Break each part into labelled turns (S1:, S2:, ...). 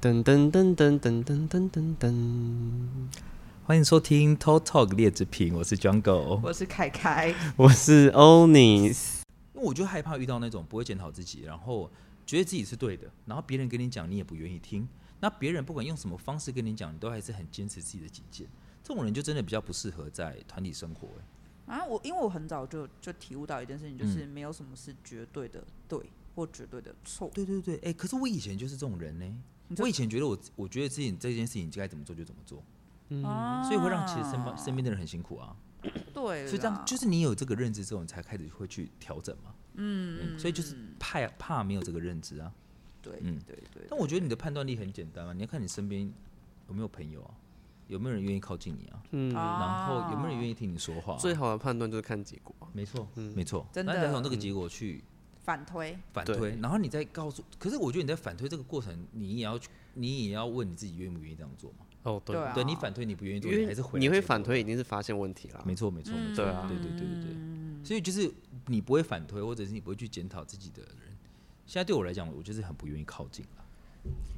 S1: 噔噔噔噔噔噔噔噔噔，
S2: 欢迎收听《t o Talk 劣质品》，我是 Jungle。
S3: 我是凯凯，
S1: 我是欧尼斯。
S2: 我就害怕遇到那种不会检讨自己，然后觉得自己是对的，然后别人跟你讲你也不愿意听，那别人不管用什么方式跟你讲，你都还是很坚持自己的己见。这种人就真的比较不适合在团体生活、欸
S3: 啊，我因为我很早就就体悟到一件事情，
S2: 嗯
S3: 就是没有什么是绝对的对或绝对的错。
S2: 对对对，哎、可是我以前就是这种人呢、
S3: 你说
S2: 我以前觉得我我觉得自己这件事情该怎么做就怎么做，嗯
S3: 啊
S2: 所以会让其实身边身边的人很辛苦啊。
S3: 对啦，
S2: 所以这样就是你有这个认知之后，你才开始会去调整嘛。嗯，所以就是怕怕没有这个认知啊。
S3: 对
S2: 嗯
S3: 对对
S2: 但我觉得你的判断力很简单啊，你要看你身边有没有朋友啊，有没有人愿意靠近你啊，
S1: 嗯，
S2: 然后有没有人愿
S3: 意
S2: 意听你说话啊、
S1: 最好的判断就是看结果。
S2: 没错，
S1: 嗯
S2: 没错，
S3: 真
S2: 那你
S3: 的
S2: 才从这个结果去
S3: 反推？
S2: 反
S1: 对
S2: 推，然后你再告诉，可是我觉得你在反推这个过程，你也要去，你也要问你自己愿不愿意这样做嘛？
S1: 哦，
S3: 对啊
S2: 对你反推你不愿意做，
S1: 因
S2: 你
S1: 为
S2: 还是回来
S1: 你会
S2: 结果
S1: 反推，一定是发现问题啦。
S2: 没错，没错，
S3: 嗯
S2: 没错，
S1: 对啊
S2: 对对对对对。所以就是你不会反推，或者是你不会去检讨自己的人。现在对我来讲，我就是很不愿意靠近了，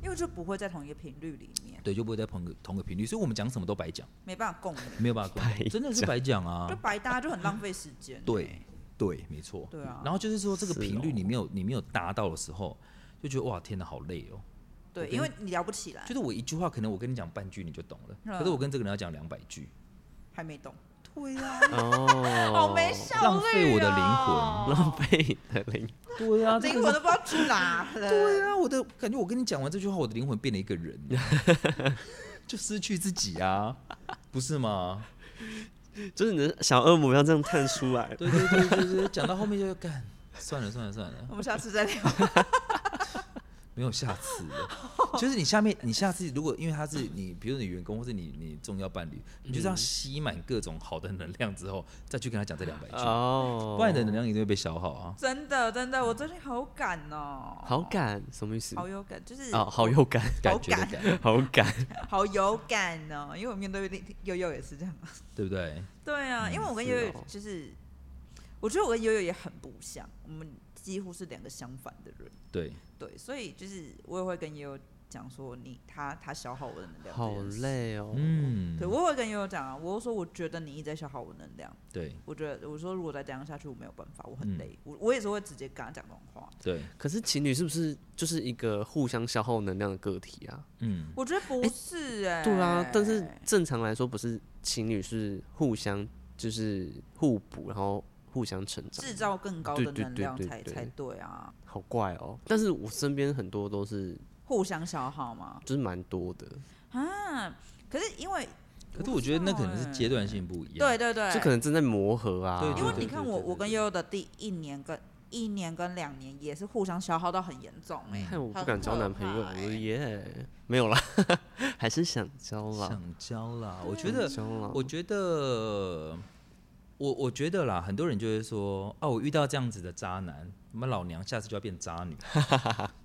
S3: 因为就不会在同一个频率里面，
S2: 对，就不会在同个同个频率，所以我们讲什么都白讲，
S3: 没办法共鸣，
S2: 没有办法沟通，真的是白讲啊
S3: 就。白搭，就很浪费时间欸。
S2: 对对，没错。
S3: 对啊
S2: 然后就是说这个
S1: 是
S2: 频率
S1: 哦
S2: 你没有你没有达到的时候，就觉得哇天哪，好累哦。
S3: 对，因为你聊不起来
S2: 就，是我一句话，可能我跟你讲半句你就懂了，
S3: 嗯
S2: 可是我跟这个人要讲两百句，啊
S3: 还没懂，
S2: 对
S3: 啊
S2: 呀，
S1: 哦，
S3: 好没效率，
S2: 浪费我的灵魂
S1: 浪，费的零。
S2: 对呀，这
S3: 灵
S2: 个人
S3: 魂都不知道去哪了。
S2: 对啊，我的感觉，我跟你讲完这句话，我的灵魂变了一个人， 就失去自己啊，不是吗？
S1: 就是你的小恶魔要这样探出来。
S2: 对对对对对，讲到后面就干，算了算了算了，
S3: 我们下次再聊。
S2: 没有下次了。就是你下面，你下次如果因为他是你，比如你员工或是你你重要伴侣，你就是要吸满各种好的能量之后，再去跟他讲这两百句，
S1: 哦，
S2: 不然你的能量一定会被消耗啊。
S3: 真的真的，我最近好赶哦，
S1: 好感什么意思？
S3: 好有感，就是
S1: 哦，好有 感，
S2: 感觉的
S3: 感
S2: 感，
S1: 好感。
S3: 好有感哦，因为我面对悠悠也是这样。
S2: 对不对？
S3: 对啊，因为我跟
S1: 是
S3: 悠悠
S1: 哦
S3: 就是，我觉得我跟悠悠也很不像，我们几乎是两个相反的人。
S2: 对，
S3: 对，所以就是我也会跟悠悠讲说你，他他消耗我的能量，
S1: 好。累哦。
S2: 嗯
S3: 对，，我也会跟悠悠讲啊，我就说我觉得你一直在消耗我能量，
S2: 对
S3: 我觉得我说如果再这样下去，我没有办法，我很
S2: 嗯
S3: 累，我我也是会直接跟他讲这种话。
S2: 对，
S1: 可是情侣是不是就是一个互相消耗能量的个体啊？
S2: 嗯，
S3: 我觉得不是哎、
S1: 对啊，但是正常来说，不是情侣是互相就是互补，然后互相成长，
S3: 制造更高
S1: 对
S3: 的
S1: 对
S3: 能
S1: 对
S3: 量
S1: 对
S3: 才
S1: 对
S3: 才对啊，
S1: 好怪哦。但是我身边很多都是
S3: 互相消耗嘛
S1: 就是蛮多的，
S3: 啊。可是因为
S2: 可是我觉得那可能是阶
S3: 段。
S2: 段性不一样。
S3: 欸对对对，
S1: 就可能正在磨合啊。
S2: 对
S3: 因为
S2: 对
S3: 你看我，我跟悠悠的第一年跟一年跟两年也是互相消耗到很严重哎、
S2: 嗯
S1: 害我不
S3: 很
S1: 敢交
S3: 可
S1: 男朋友
S3: 怕
S1: 了
S3: 欸
S1: 耶，没有啦， 还是想交啦。
S2: 想交啦，我觉得
S1: 想交
S3: 嗯
S1: 啦，
S2: 我觉得，我我觉得啦，很多人就会说，哦、我遇到这样子的渣男，那么老娘下次就要变渣 女。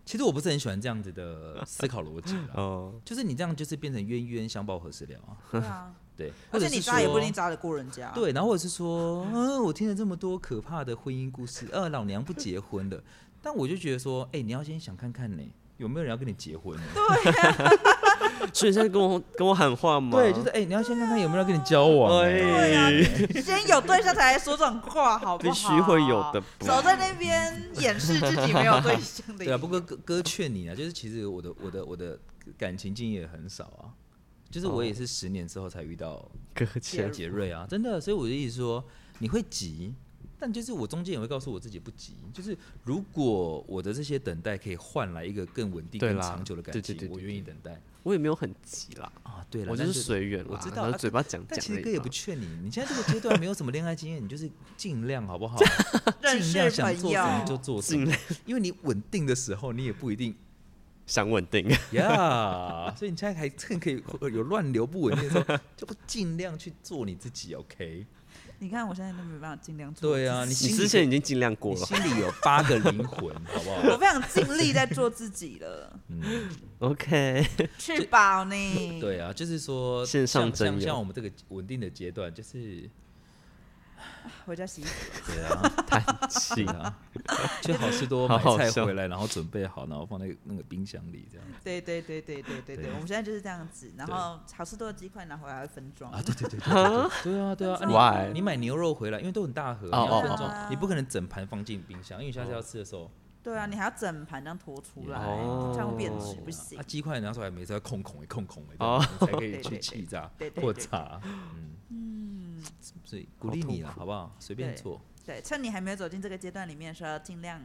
S2: 其实我不是很喜欢这样子的思考逻辑啦，
S1: 哦，
S2: 就是你这样就是变成冤冤相报何时了啊？
S3: 对 啊，
S2: 对，
S3: 而
S2: 或
S3: 且
S2: 者是
S3: 你渣也不一定
S2: 说。
S3: 渣得啊过人家，，
S2: 对，然后或者是说，嗯、我听了这么多可怕的婚姻故事，呃，老娘不结婚了。但我就觉得说，哎、你要先想看看呢、有没有人要跟你结 婚呢？
S3: 啊
S1: 所以现在跟我 跟我喊话嘛，
S2: 对，就是哎、你要先看看有没有人要跟你交往、欸。
S1: 哎，
S3: 先有对象才来说这种话，好不
S1: 必
S3: 好？
S1: 须会有的，
S3: 守在那边掩饰自己没有对象的，
S2: 对啊，不过哥哥劝你啊，就是其实我的我的我的感情经验也很少啊，就是我
S1: 哦
S2: 也是十年之后才遇到
S1: 搁浅
S2: 杰瑞啊，真的，所以我的意思说你会急，但就是我中间也会告诉我自己不急，就是如果我的这些等待可以换来一个更稳定、
S1: 对
S2: 更
S1: 啦
S2: 长久的感
S1: 对
S2: 情，
S1: 对对对
S2: 我愿意等待
S1: 我也没有很急啦，
S2: 啊。对了，
S1: 我就
S2: 但
S1: 是随缘啦，
S2: 我知道
S1: 然
S2: 啊
S1: 后嘴巴讲
S2: 但
S1: 讲
S2: 其
S1: 而
S2: 实
S1: 已
S2: 哥也
S1: 嘛
S2: 不劝你，你现 在这个阶段没有什么恋爱经验，你就是尽量好不 好？
S3: 认
S2: 尽量
S3: 识
S2: 想
S3: 朋
S2: 做什么就
S3: 友，
S2: 做什么，因为你稳定的时候，你也不一定
S1: 想稳定，
S2: 呀所以你现在还趁可以呃有乱流不稳定的时候，就不尽量去做你自己，OK？
S3: 你看我现在都没办法尽量做，
S2: 对啊，，你
S1: 你
S2: 心
S1: 之
S2: 里
S1: 前已经尽量过
S2: 你
S1: 了，
S2: 心里有八个灵魂，好不
S3: 我
S2: 好？
S3: 非常尽力在做自己了，
S2: 嗯，
S1: OK，
S3: 去吧你，
S2: 对啊，就是说
S1: 线上
S2: 像
S1: 真
S2: 像
S1: 友
S2: 像我们这个稳定的阶段，就是
S3: 回家洗衣服。
S2: 对啊，
S1: 叹气
S2: 对啊，去好事 多
S1: 好
S2: 买
S1: 好
S2: 菜
S1: 笑
S2: 回来，然后准备好，然后放在那个冰箱里这样。
S3: 对对对对对对对，
S2: 对
S3: 我们现在就是这样子。然
S2: 对
S3: 后好吃多的鸡块拿回来会分装
S2: 啊，，对对对对对对，对啊对啊啊你
S1: ，Why？
S2: 你买牛肉回来，因为都很大盒，你
S1: 哦
S2: 要
S1: 哦
S2: 分
S1: 哦
S3: 哦
S2: 装，你不可能整盘放进冰箱，因为你下次要吃的时候，
S3: 对啊，你还要整盘这样拖出来，
S1: 哦
S3: 这样会变质，
S1: 对
S3: 不行
S2: 啊，。鸡块拿出来每次要空空的空空的，
S1: 哦
S2: 这样你才可以
S3: 对
S2: 去
S3: 对
S2: 气炸
S3: 对对
S2: 或
S3: 对
S2: 炸，嗯，
S3: 嗯，
S2: 所以鼓励
S1: 好痛
S2: 你了，啊
S1: 苦
S2: 好不好？随便
S3: 对
S2: 做，
S3: 对，趁你还没有走进这个阶段里面的时候，尽量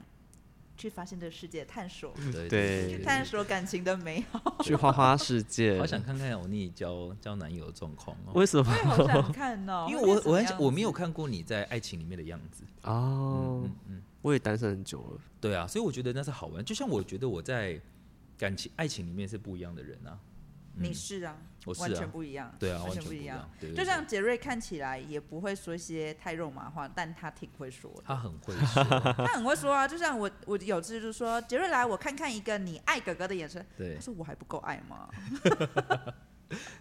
S3: 去发现这个世界，探索，
S1: 嗯
S2: 对
S1: 对
S3: 去探索感情的美 好。
S1: 去花花世界
S2: 好，想看看欧尼交交男友的状况哦，
S1: 为什么
S3: 我？也哎好想看哦，
S2: 因为
S3: 会变
S2: 我
S3: 成
S2: 我很
S3: 什么
S2: 想
S3: 样
S2: 我没有
S3: 子
S2: 看过你在爱情里面的样子，
S1: 哦，
S2: 嗯嗯，
S1: 我也单身很久了，
S2: 对啊，所以我觉得那是好玩，就像我觉得我在感情爱情里面是不一样的人啊，
S3: 你是啊，
S2: 我是
S3: 完
S2: 啊
S3: 全不一样，
S2: 对啊，
S3: 完
S2: 全
S3: 全不
S2: 一
S3: 一样。，
S2: 对对
S3: 就
S2: 对
S3: 像杰瑞看起来也不会说一些太肉麻话，但他挺会说的。
S2: 他很会说，
S3: 他很会说啊，就像我，我有次就说杰瑞来，我看看一个你爱哥哥的眼神。
S2: 对
S3: 他说我还不够爱 吗？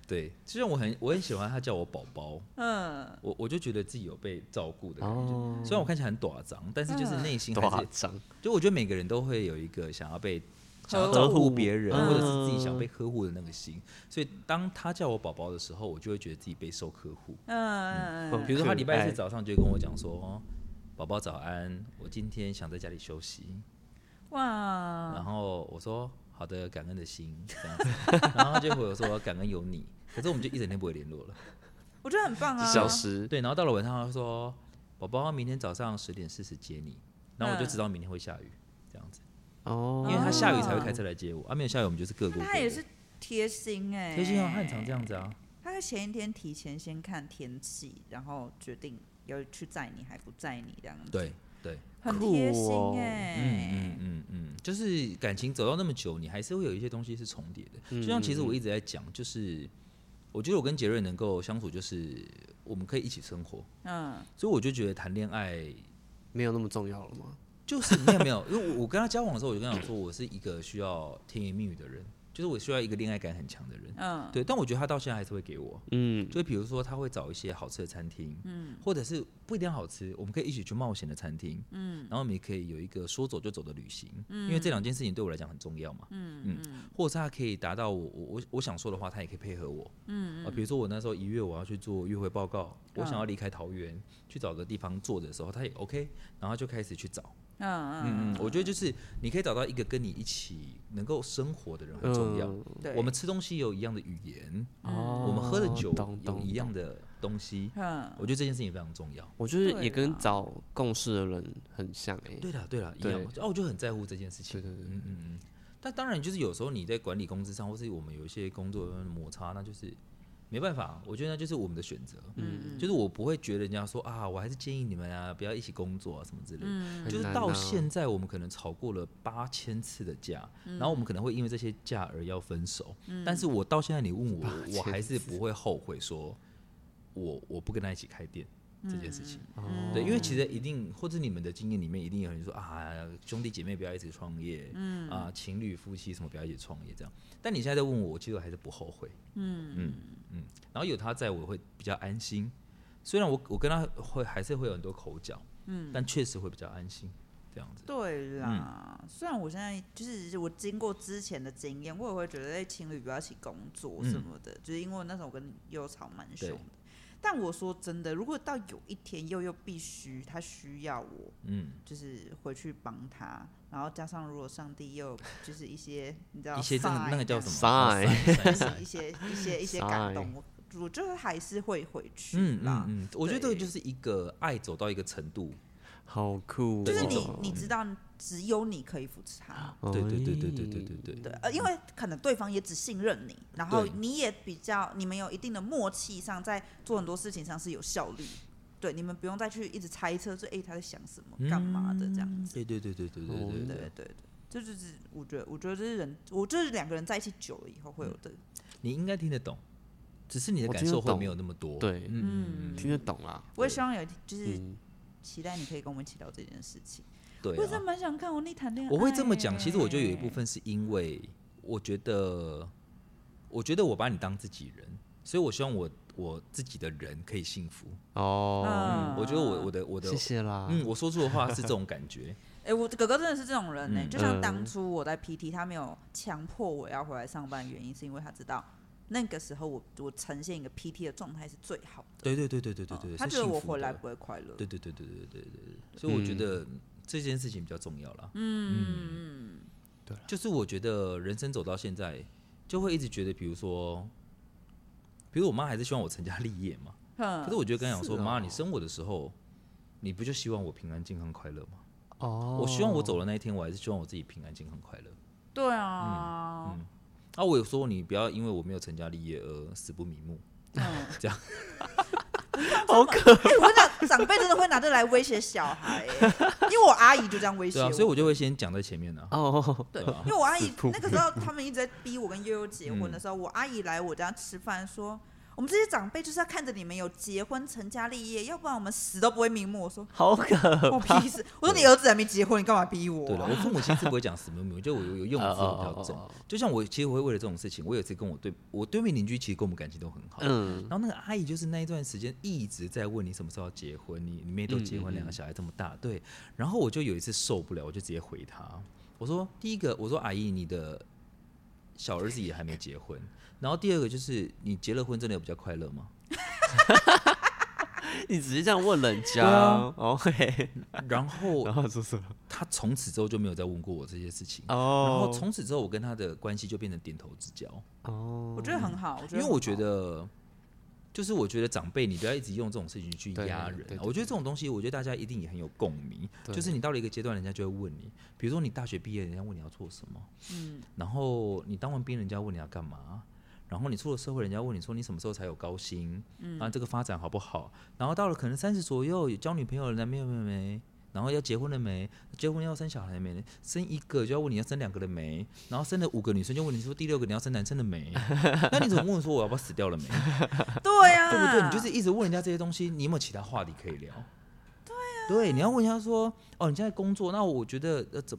S2: 对，就像我很我很喜欢他叫我宝宝，
S3: 嗯，
S2: 我我就觉得自己有被照顾的感觉。
S1: 哦，嗯
S2: 虽然我看起来很短脏，但是就是内心
S1: 多
S2: 还
S1: 夸
S2: 是，
S1: 张，
S2: 就我觉得每个人都会有一个想要被想要
S3: 呵
S2: 照顾
S1: 护
S2: 别人，
S1: 嗯
S2: 或者是自己想被呵护的那个心。所以当他叫我宝宝的时候，我就会觉得自己备受呵护。
S3: 嗯
S1: 嗯
S2: 比如说他礼拜
S1: 可
S2: 四
S1: 爱
S2: 早上就会跟我讲说：“哦宝宝早安，我今天想在家里休息。”然
S3: 哇，
S2: 后我说好的，感恩的心这样子， 然后他就回我说感恩有你，可是我们就一整天不会联络了。
S3: 我觉得很棒啊！
S1: 小时
S2: 对，然后到了晚上他说宝宝明天早上十点四十接你，然后
S3: 嗯
S2: 我就知道明天会下雨这样子，
S1: 哦
S2: 啊因，为他下雨才会开车来接我，啊没有下雨我们就是各过
S3: 那
S2: 各
S3: 他也
S2: 的。
S3: 是贴心哎、
S2: 贴心啊，他很常这样子啊，
S3: 他在前一天提前先看天气，然后决定要去载你还不载你这样子，
S2: 对对，
S3: 很
S1: 酷
S3: 贴心
S1: 哦
S3: 哎、
S2: 嗯嗯嗯嗯，就是感情走到那么久，你还是会有一些东西是重叠的。就像其实我一直在讲，就是我觉得我跟杰瑞能够相处，就是我们可以一起生活，
S3: 嗯
S2: 所以我就觉得谈恋爱
S1: 没有那么重要了吗？
S2: 就是没有没有，因为我我跟他交往的时候，我就跟他讲说，我是一个需要甜言蜜语的人，就是我需要一个恋爱感很强的人。
S3: 嗯，
S2: 对，但我觉得他到现在还是会给我，
S1: 嗯，
S2: 就比如说他会找一些好吃的餐厅，嗯，或者是不一定好吃，我们可以一起去冒险的餐厅，嗯，然后我们也可以有一个说走就走的旅行，因为这两件事情对我来讲很重要嘛，嗯嗯，或者是他可以达到我我我我想说的话，他也可以配合我，嗯啊，嗯比如说我那时候一月我要去做约会报告，我想要离开桃园去找个地方坐的时候，他也 OK，然后他就开始去找，嗯嗯嗯，我觉得就是你可以找到一个跟你一起能够生活的人很重
S1: 嗯
S2: 要。
S3: 对，
S2: 我们吃东西有一样的语言，
S1: 哦，
S2: 我们喝的酒
S1: 懂
S2: 有一。样
S1: 懂
S2: 的东西，
S3: 嗯
S2: 我觉得这件事情非常重要。
S1: 我觉得
S3: 对
S1: 也跟
S3: 啦
S1: 找共事的人很像欸诶、
S2: 对了对了，一
S1: 对
S2: 样。哦，我就很在乎这件事情。
S1: 对对对
S2: 嗯嗯嗯。但当然，就是有时候你在管理工资上，或是我们有一些工作上的摩擦，那就是没办法。我觉得那就是我们的选择。嗯，就是我不会觉得人家说啊，我还是建议你们啊，不要一起工作啊什么之类的。
S1: 很
S2: 就是
S1: 难
S2: 到
S1: 啊
S2: 现在，我们可能吵过了八千次的架，然后我们可能会因为这些架而要分手。
S1: 嗯
S2: 但是我到现在你问我，我还是不会后悔说我我不跟他一起开店这件事情。
S1: 哦
S2: 对，因为其实一定或者你们的经验里面一定有人说啊，兄弟姐妹不要一起创业，嗯啊，情侣夫妻什么不要一起创业这样。但你现在在问我，我其实我还是不后悔。嗯嗯嗯，然后有他在我会比较安心。虽然我我跟他会还是会有很多口角，嗯，但确实会比较安心，这样子。
S3: 对啦，
S2: 嗯
S3: 虽然我现在就是我经过之前的经验，我也会觉得哎、情侣不要一起工作什么的，就是因为那时候我跟佑吵蛮凶的
S2: 嗯对。
S3: 但我说真的，如果到有一天佑佑必须他需要我，
S2: 嗯，
S3: 就是回去帮他，然后加上如果上帝又就是一些你知道
S2: 一些真的那个叫什么哦
S1: Sign
S2: 嗯
S3: 么，一些一些一些
S1: Sign
S3: 感动，我我就是还是会回去
S2: 嗯
S3: 啦。
S2: 嗯嗯，我觉得这个
S3: 对
S2: 就是一个爱走到一个程度，
S1: 好酷、哦，
S3: 就是
S2: 对
S3: 你，你知道，只有你可以扶持他，
S1: 哦
S2: 对对对对对对对对
S3: 对，呃，因为可能对方也只信任你，然后
S2: 对
S3: 你也比较，你们有一定的默契上，在做很多事情上是有效率。对，你们不用再去一直猜测说，哎、他在想什么、干嘛的这样子。
S2: 嗯对对对对对对嗯对
S3: 对
S2: 对
S1: 哦
S3: 对。对，这就是我觉得，我觉得这是人，我就是两个人在一起久了以后
S2: 嗯
S3: 会有的。
S2: 你应该听得懂，只是你的
S1: 我
S2: 感
S1: 听得
S2: 受会
S1: 懂
S2: 没有那么多。
S1: 对
S2: 嗯，嗯
S1: 听得懂啦。
S3: 我也希望有一天，就是
S1: 嗯，
S3: 期待你可以跟我们一起聊这件事情。
S2: 对
S3: 我真的
S2: 啊，
S3: 蛮想看我你谈恋爱。
S2: 我会这么讲。其实我觉得有一部，分是因为我觉得，我觉得我把你当自己人，所以我希望我我自己的人可以幸福。
S1: 哦，
S2: 嗯，我觉得我我的我的
S1: 谢谢啦。
S2: 嗯，我说出的话是这种感 觉。
S3: 哎、我哥哥真的是这种人呢、
S2: 嗯
S3: 就像
S1: 嗯
S3: 当初我在 PT，他没有强迫我要回来上班，的原因是因为他知道那个时候我我呈现一个 PT 的状态是最好的，嗯
S2: 对对对对对对对，
S3: 哦他
S2: 是
S3: 觉得
S2: 幸
S3: 我
S2: 福
S3: 回
S2: 的
S3: 来不会快乐，
S2: 对对对对对对对对，所以我
S1: 嗯
S2: 觉得这件事情比较重要啦。嗯对，就是我觉得人生走到现在，就会一直觉得，比如说，比如我妈还是希望我成家立业嘛，可是
S3: 哼，
S2: 我就跟她讲说，
S1: 是哦
S2: 妈，你生我的时候，你不就希望我平安健康快乐吗？
S1: 哦，
S2: 我希望我走的那一天，我还是希望我自己平安健康快乐。
S3: 对啊，
S2: 啊，我有说你不要因为我没有成家立业而死不瞑目，
S3: 嗯，
S2: 这 样
S3: 好可怕！我跟你讲，长辈真的会拿这来威胁小孩、欸，因为我阿姨就这样威胁
S2: 对啊，所以我就会先讲在前面呢。
S1: 哦，
S3: 对
S2: 对啊，嗯
S3: 因为我阿姨
S1: 死兔
S3: 那个时候他们一直在逼我跟悠悠结婚的时候，我阿姨来我家吃饭说。我们这些长辈就是要看着你们有结婚成家立业，要不然我们死都不会瞑目。我说
S1: 好可
S3: 我屁事！我说你儿子还没结婚，你干嘛逼我、
S2: 对了，
S3: 啊？
S2: 我父母亲是不会讲死不瞑目，就我有有用字比较重。
S1: 哦哦哦哦
S2: 就像我其实我会为了这种事情，我有一次跟我对我对面邻居，其实跟我们感情都很好。
S1: 嗯，
S2: 然后那个阿姨就是那一段时间一直在问你什么时候要结婚，你你妹都结
S1: 嗯
S2: 婚，
S1: 嗯嗯
S2: 两个小孩这么大，对。然后我就有一次受不了，我就直接回她，我说第一个，我说阿姨，你的小儿子也还没结婚。然后第二个就是你结了婚真的有比较快乐吗？
S1: 你只是这样问人家
S2: 对啊
S1: ，OK，
S2: 然 后
S1: 然后说什么？
S2: 她从此之后就没有再问过我这些事情。然后
S1: 哦，
S2: 从此之后，我跟她的关系就变成点头之交。
S1: 哦
S3: 我觉得很好，
S2: 因为我觉
S3: 很好
S2: 得，就是我觉得长辈，你不要一直用这种事情去
S1: 对
S2: 压
S1: 对
S2: 人、
S1: 对
S2: 啊。我觉得这种东西，我觉得大家一定也很有共鸣。
S1: 对
S2: 就是你到了一个阶段，人家就会问你，比如说你大学毕业，人家问你要做什么，
S3: 嗯，
S2: 然后你当完兵，人家问你要干嘛。然后你出了社会，人家问你说你什么时候才有高薪？嗯，啊，这个发展好不好？然后到了可能三十左右，有交女朋友了男朋友没没？然后要结婚了没？结婚要生小孩没？生一个就要问你要生两个了没？然后生了五个女生就问你说第六个你要生男生了没？ 那你怎么问说我要不要死掉了没？
S3: 对啊呀、
S2: 对不对？你就是一直问人家这些东西，你有没有其他话题可以聊？对你要问人家说，哦，你现在工作，那我觉得呃怎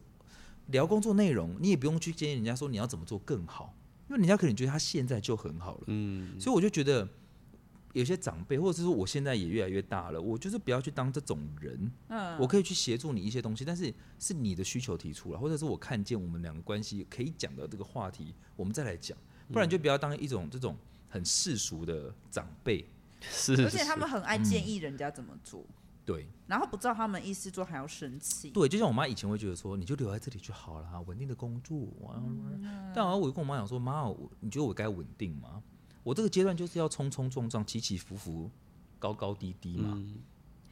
S2: 聊工作内容，你也不用去建议人家说你要怎么做更好，因为人家可能觉得他现在就很好了。
S1: 嗯，
S2: 所以我就觉得有些长辈，或者是说我现在也越来越大了，我就是不要去当这种人。
S3: 嗯，
S2: 我可以去协助你一些东西，但是是你的需求提出了，或者是我看见我们两个关系可以讲的这个话题，我们再来讲，不然就不要当一种这种很世俗的长辈。
S1: 是，
S3: 而且
S1: 是
S3: 他们很爱
S2: 嗯
S3: 建议人家怎么做，
S2: 对
S3: 然后不照他们意思做还要生气。
S2: 对，就像我妈以前会觉得说，你就留在这里就好啦，稳定的工作。啊
S3: 嗯
S2: 但好像我就跟我妈讲说，妈，我你觉得我该稳定吗？我这个阶段就是要冲冲撞撞、起起伏伏、高高低低
S1: 嗯
S2: 嘛，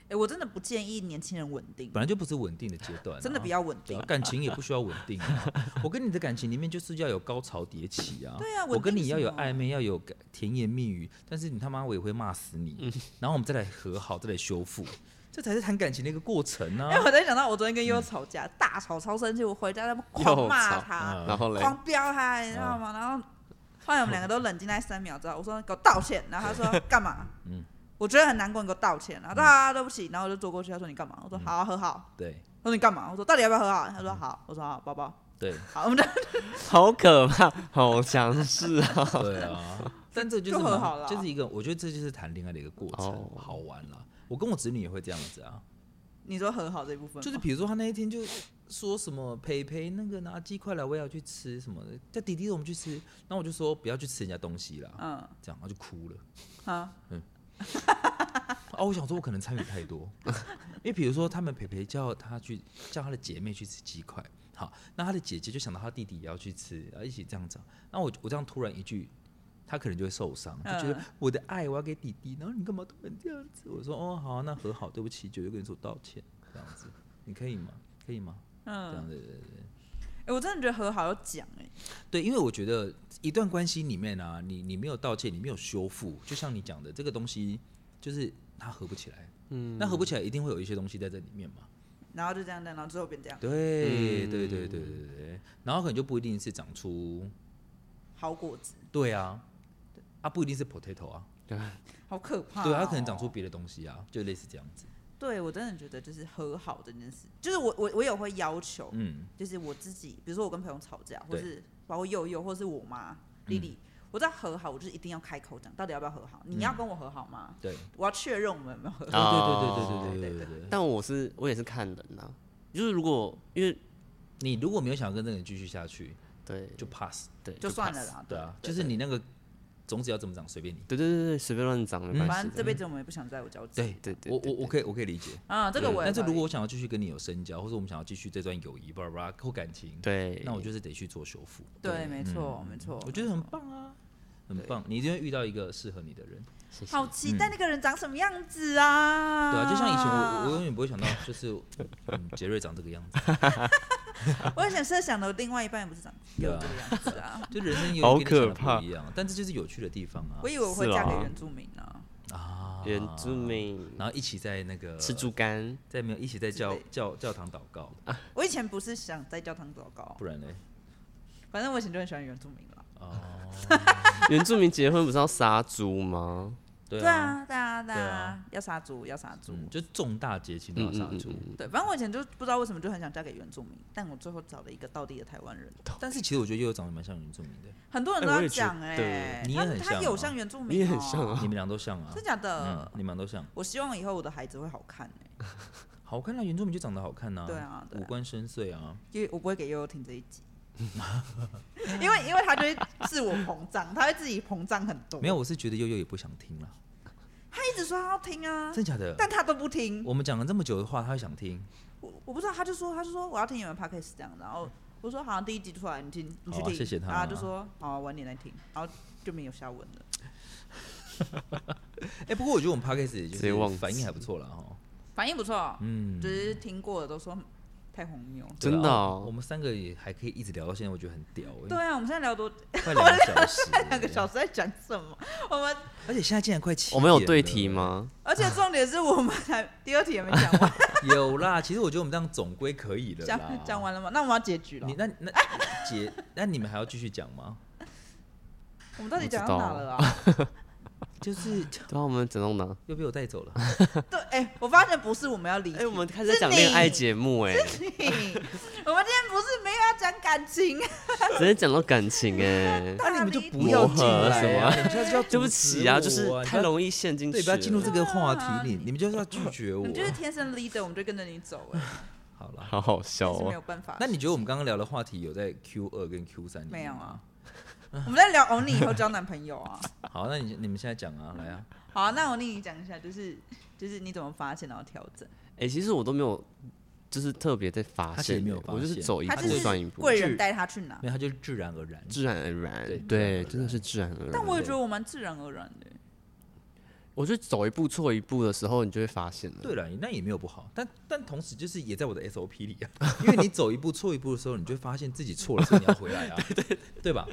S3: 哎、我真的不建议年轻人稳定，
S2: 本来就不是稳定的阶段啊、
S3: 真的比较稳
S2: 对
S3: 定
S2: 啊。感情也不需要稳定、啊。 我跟你的感情里面就是要有高潮迭起啊。
S3: 对啊
S2: 我跟
S3: 稳定
S2: 你要有
S3: 什么
S2: 暧昧，要有感甜言蜜语，但是你他妈我也会骂死你，然后我们再来和好，再来修 复，这才是谈感情的一个过程啊呢、
S3: 因为我在想到我昨天跟悠悠吵架，大吵超生气，我回家在那边狂骂他，
S2: 嗯
S1: 然后嘞，
S3: 狂飙他，你知道吗？然后后来我们两个都冷静在三秒之后，我说给我道歉，然后 他说干嘛？
S2: 嗯
S3: 我觉得很难过，你给我道歉。然后他说啊对不起，然后我就坐过去，他说你干嘛？我
S2: 嗯
S3: 说好啊和好。
S2: 对
S3: 他说你干嘛？我说到底要不要和好？他
S2: 嗯
S3: 说好。我说好，抱抱。
S2: 对
S3: 好，我们就
S1: 好可怕，好强势啊！
S2: 对啊，但这就是
S3: 就和
S2: 蛮
S3: 好了啊
S2: 就是一个，我觉得这就是谈恋爱的一个过程，
S1: 哦
S2: 好玩啦。我跟我侄女也会这样子啊，
S3: 你说和好这一部分 吗，
S2: 就是比如说她那一天就说什么培培那个拿鸡块来，我也要去吃什么的，叫弟弟我们去吃，然后我就说不要去吃人家东西啦，
S3: 嗯
S2: 这样，然后就哭了。
S3: 啊
S2: 哦，我想说，我可能参与太多，因为比如说，他们培培叫他去叫他的姐妹去吃鸡块，好，那他的姐姐就想到他弟弟也要去吃，然后一起这样子。那我我这样突然一句，他可能就会受伤，就觉得
S3: 嗯
S2: 我的爱我要给弟弟，然后你干嘛突然这样子？我说哦好啊、那和好，对不起，绝对跟你说道歉，这样子，你可以吗？可以吗？这
S3: 嗯，
S2: 样子，对对对
S3: 哎，我真的觉得和好要讲哎，
S2: 对，因为我觉得一段关系里面啊，你你没有道歉，你没有修复，就像你讲的，这个东西就是它合不起来。嗯，那合不起来，一定会有一些东西在这里面嘛。
S3: 然后就这样这样，然后最后变这样，
S2: 对、
S1: 嗯
S2: 对对对对对对，然后可能就不一定是长出，
S3: 好果子，
S2: 对啊，啊不一定是 potato 啊，
S3: 好可怕哦。
S2: 对啊，它可能长出别的东西啊，就类似这样子。
S3: 对我真的觉得就是和好这件事，就是我我我有会要求，
S2: 嗯
S3: 就是我自己，比如说我跟朋友吵架，或
S2: 对嗯
S3: 是包括佑佑，或是我妈丽丽，我知道和好，我就是一定要开口讲，到底要不要和好？你
S2: 嗯
S3: 要跟我和好吗？
S2: 对，
S3: 我要确认我们有没有和
S2: 对
S3: 好。
S1: 哦
S2: 对对对对对对对 对。
S1: 但我是我也是看人呐、就是如果因为
S2: 你如果没有想跟这个人继续下去，
S1: 对
S2: 就 pass。
S1: 对
S3: 就算了
S1: pass
S3: 啦，
S2: 对啊，
S3: 对
S2: 就是你那个种子要怎么长随便你。
S1: 对对对对，随便乱长没
S3: 反
S1: 关
S3: 正
S1: 系
S3: 这
S1: 的。
S3: 辈子我们也不想再有交集。
S2: 啊嗯
S1: 对
S2: 对
S1: 对
S2: 我
S1: 对
S2: 我我可以我可以理解。
S3: 啊，这个我也
S2: 但是
S3: 可以
S2: 如果我想要继续跟你有深交，或者我们想要继续这段友谊，巴拉巴拉或感情，
S1: 对，
S2: 那我就是得去做修复。
S3: 对，没错，没错，
S2: 嗯我觉得很棒啊，很棒，你一定会遇到一个适合你的人。
S1: 谢谢
S3: 好期待那个人长什么样子啊！
S2: 嗯对啊，就像以前我我我永远不会想到，就是嗯杰瑞长这个样子，
S3: 我我很设想的另外一半不是长
S2: 对
S3: 有
S2: 啊
S3: 这个样子啊，
S2: 就人 生
S1: 好
S2: 有
S1: 可怕
S2: 不一样，但这就是有趣的地方啊
S3: 我以为我会
S1: 是
S3: 嫁给
S1: 啦
S3: 原住民呢。
S2: 啊！
S1: 原住，民
S2: 然后一起在那个
S1: 吃猪肝，
S2: 在没有一起在教
S3: 之类
S2: 教教堂祷告，
S3: 我以前不是想在教堂祷告
S2: 不，然嘞
S3: 反正我以前就很喜欢原住民了。
S2: 哦，
S1: 原住民结婚不是要杀猪吗？
S2: 对
S3: 对
S2: 啊，
S3: 啊，对啊，对
S2: 对
S3: 啊
S2: 啊，
S3: 要杀猪，要杀猪。
S2: 嗯就重大节庆都要
S1: 嗯
S2: 杀
S1: 嗯嗯
S2: 猪。
S1: 嗯，
S3: 对，反正我以前就不知道为什么就很想嫁给原住民，但我最后找了一个道地的台 湾人。
S1: 嗯
S2: 但是其实我觉得悠悠长得蛮像原住民的，
S3: 很多人都
S1: 哎我
S3: 要
S1: 也觉
S3: 讲
S1: 得
S3: 哎，
S2: 你也
S3: 他
S2: 很
S3: 他
S2: 像
S3: 有
S2: 啊
S3: 像原住民，哦
S1: 你也很像，啊，
S2: 你们俩都像啊
S3: 真，假
S2: 嗯
S3: 的，？
S2: 你们俩都像，
S3: 我希望以后我的孩子会好看哎，
S2: 好看啊，原住民就长得好看呐，
S3: 对啊对啊
S2: 五官深邃啊，
S3: 因为我不会给悠悠听这一集。 因为因为他就会自我膨胀，他会自己膨胀很多。
S2: 没有，，我是觉得悠悠也不想听了，
S3: 他一直说他要听啊，
S2: 真假的？
S3: 但他都不听。
S2: 我们讲了这么久的话，他会想听，
S3: 我我不知道，他就说他就说我要听你们 podcast 这样，然后我说好像第一集出来你听你去
S2: 嗯好啊
S3: 听，
S2: 谢谢他
S3: 然后就说好、啊、晚点来听，然后就没有下文了。
S2: 哎、不过我觉得我们 podcast 也就
S1: 直接忘
S2: 是
S1: 记
S2: 反应还不错啦，哈，
S3: 反应不错，
S2: 嗯，
S3: 就是听过的都说嗯太荒谬。
S2: 对啊
S1: 真的
S2: 哦
S1: 哦
S2: 我们三个也还可以一直聊到现在，我觉得很屌、欸，
S3: 对，啊，我们现在聊多
S2: 快两个小时、 欸
S3: 两个小时在讲什么？我们
S2: 而且现在竟然快七，
S1: 我们有对题？吗？
S3: 而且重点是我们还第二题也没讲完，
S2: 有啦，其实我觉得我们这样总归可以的啦
S3: 讲，讲完了吗？那我们要结局了
S2: 你。那那姐，那你们还要继续讲吗？
S3: 我们到底
S1: 不知
S3: 讲到哪
S1: 道
S3: 了啊？
S2: 就是
S1: 对啊，我们整到哪？
S2: 又被我带走了，
S3: 对，
S2: 啊
S3: 哎、我发现不是我们要离题，
S1: 哎，我们开
S3: 是
S1: 始在讲恋爱
S3: 你
S1: 节目，哎，
S3: 嘿我们今天不是没有要讲感情，
S1: 直接讲到感情，哎，
S2: 啊那、你们就不
S1: 磨
S2: 要
S1: 合
S2: 进来、啊
S1: 什么
S2: 你们下次就
S1: 对
S2: 要
S1: 不
S2: 阻止
S1: 起啊，
S2: 我
S1: 就是
S2: 你
S1: 太
S2: 不要
S1: 容易陷进去
S2: 对，
S1: 了，
S2: 不要进入这个话题里，你们就是要拒绝我
S3: 啊你。就是天生 leader，我们就跟着你 走、哎，
S2: 好了，
S1: 好好笑
S3: 这是没有
S1: 哦。
S3: 办法。
S2: 那你觉得我们刚刚聊的话题有在 Q 二跟 Q 三？
S3: 没有啊？ 我们在聊欧尼以后交男朋友啊。
S2: 好，那你你们现在讲啊，来啊，
S3: 好啊那我跟你讲一下，就是就是你怎么发现，然后调整。
S1: 哎，其实我都没有，就是特别在发
S2: 他其实
S1: 现
S2: 没有
S1: 欸，
S2: 发
S1: 我就是
S2: 现
S1: 走一
S3: 他
S1: 步
S3: 就
S1: 算一
S3: 是
S1: 步，
S3: 贵
S2: 是
S3: 人带他去哪
S2: 没？有，它就是自然而然。
S1: 自然而
S2: 对
S1: 然，
S2: 自然而
S1: 对，
S2: 然
S1: 真的是自然而然。
S3: 但我也觉得我蛮自然而然的、
S1: 我觉得走一步错一步的时候，你就会发现了。
S2: 对了，那也没有不好，但但同时就是也在我的 SOP 里啊， 因为你走一步错一步的时候，你就会发现自己错了，所以你要回 来啊，对对吧？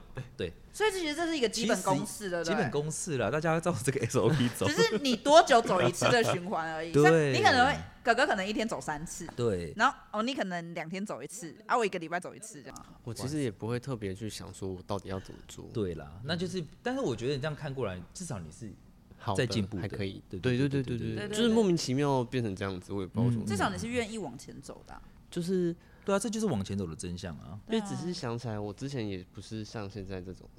S3: 所以其实这是一个基本公式的，
S2: 基本公式啦，大家照这个 SOP 走
S3: 只。是你多久走一次的循环而已。
S2: 对
S3: 像你可能会哥哥可能一天走三次，
S2: 对，
S3: 然后哦你可能两天走一次，啊我一个礼拜走一次这样。
S1: 我其实也不会特别去想说我到底要怎么做。，
S2: 对啦，那就是，但是我觉得你这样看过来，至少你是
S1: 好
S2: 在
S1: 的
S2: 进步
S1: 还
S2: 的
S1: 可以。
S2: 对
S1: 对
S2: 对
S1: 对对
S2: 对
S1: 对对
S2: 对对嗯
S3: 对对
S1: 就是莫名其妙变成这样子，我也不知道为什么。
S3: 至少你是愿意往前走的啊、
S1: 嗯就是
S2: 对啊，这就是往前走的真相啊。
S1: 因为只是想起来，我之前也不是像现在这种，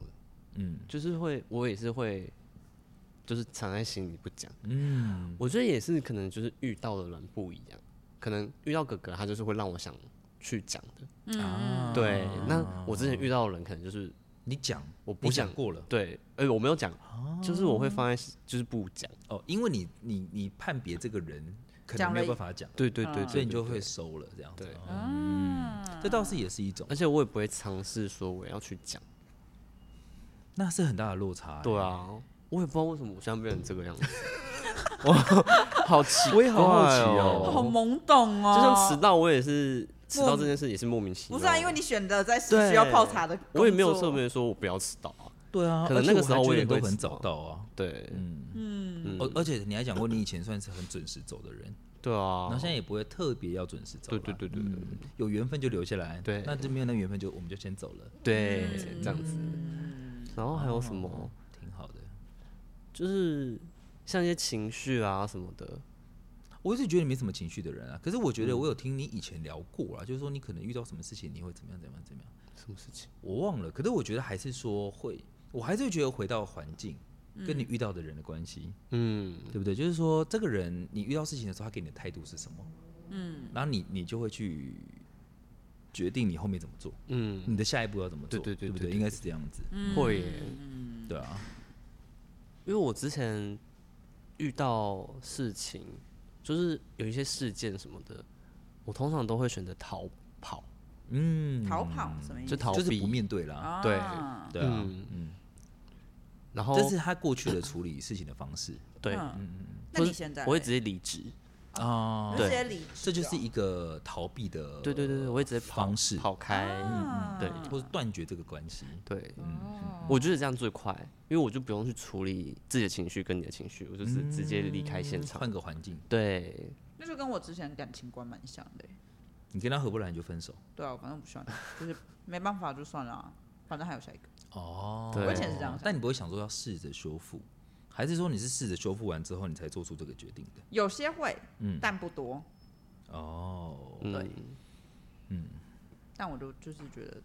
S2: 嗯
S1: 就是会我也是会，就是藏在心里不讲。
S2: 嗯，
S1: 我觉得也是可能就是遇到的人不一样，可能遇到哥哥他就是会让我想去讲的。
S2: 啊
S1: 对，那我之前遇到的人可能就是
S2: 你讲，
S1: 我
S2: 你
S1: 不
S2: 讲
S1: 想，
S2: 过了
S1: 对，哎，我没有讲，就是我会放在就是不讲。
S2: 哦，因为你你你判别这个人可能
S3: 讲
S2: 没有
S3: 了
S2: 办法讲，
S1: 对对对，
S2: 所以你就
S1: 对
S2: 会收了这样子
S1: 对。
S2: 嗯，
S3: 啊
S2: 这倒是也是一种，
S1: 而且我也不会尝试说我要去讲。
S2: 那是很大的落差欸。
S1: 对啊，我也不知道为什么我现在变成这个样子。我好奇怪、
S2: 我也好好奇
S3: 哦
S2: 哦
S3: 好懵懂哦，
S1: 就像迟到，我也是迟
S3: 莫
S1: 到
S3: 名
S1: 这件事也是莫名其妙。
S3: 不是啊，因为你选择在是
S1: 对
S3: 需要泡茶的工作，
S1: 我也没有特别说我不要迟到啊。
S2: 对啊，
S1: 可能那个时候
S2: 我
S1: 我也
S2: 都
S1: 会
S2: 很
S1: 迟
S2: 早
S1: 到
S2: 到啊。
S1: 对，嗯
S2: 而而且你还讲过，你以前算是很准时走的人，
S1: 对啊
S2: 然后。现在也不会特别要准时走啦。
S1: 对对对对对
S2: 嗯，有缘分就留下来，
S1: 对
S2: 那就没有那缘分就我们就先走了，
S1: 对，这样子。然后还有什
S2: 哦
S1: 么？
S2: 挺好的。
S1: 就是像一些情绪啊什么的。
S2: 我一直觉得你没什么情绪的人啊，可是
S1: 嗯
S2: 我觉得我有听你以前聊过啊，就是说你可能遇到什么事情你会怎么样怎么样怎么样，
S1: 什么事情？
S2: 我忘了。可是我觉得还是说会，我还是会觉得回到环境跟你遇到的人的关系，
S1: 嗯，
S2: 对不对？就是说，这个人你遇到事情的时候，他给你的态度是什么？嗯，然后你你就会去决定你后面怎么做，
S1: 嗯，
S2: 你的下一步要怎么做，
S1: 对对对
S2: 不
S1: 对
S2: 对？
S1: 对
S2: 应该是这样子，
S1: 会耶，
S2: 嗯对啊，
S1: 因为我之前遇到事情，就是有一些事件什么的，我通常都会选择逃跑，
S2: 嗯，
S3: 逃跑什么意思？
S1: 就逃
S2: 就是
S1: 避
S2: 不面对啦，
S3: 啊
S1: 对
S2: 对啊，
S1: 嗯
S2: 嗯，
S1: 然后
S2: 这是他过去的处理事情的方式
S1: 对，
S3: 嗯，那你现在
S1: 我会
S3: 嘞
S1: 直接离职。
S2: 啊
S3: 你
S1: 对
S3: 直接离职哦，
S2: 这就是一个逃避的，
S1: 对对对对，我会直接跑
S2: 方式
S1: 跑开。嗯
S3: 啊哦
S1: 对
S2: 或是断绝这个关系，
S1: 对，嗯我觉得这样最快，因为我就不用去处理自己的情绪跟你的情绪，我就是直接离开现场。
S2: 嗯换个环境，
S1: 对，
S3: 那就跟我之前感情观蛮像的欸。
S2: 你跟他合不来你就分手
S3: 对啊，反正不算，就是没办法就算了啊，反正还有下一个。
S2: 哦
S1: 对我以
S3: 前是这样想
S2: 但你不会想说要试着修复，还是说你是试着修复完之后你才做出这个决定的？
S3: 有些会，
S2: 嗯，
S3: 但不多。
S2: 哦，
S3: 对
S1: 嗯，
S3: 但我就就是觉得，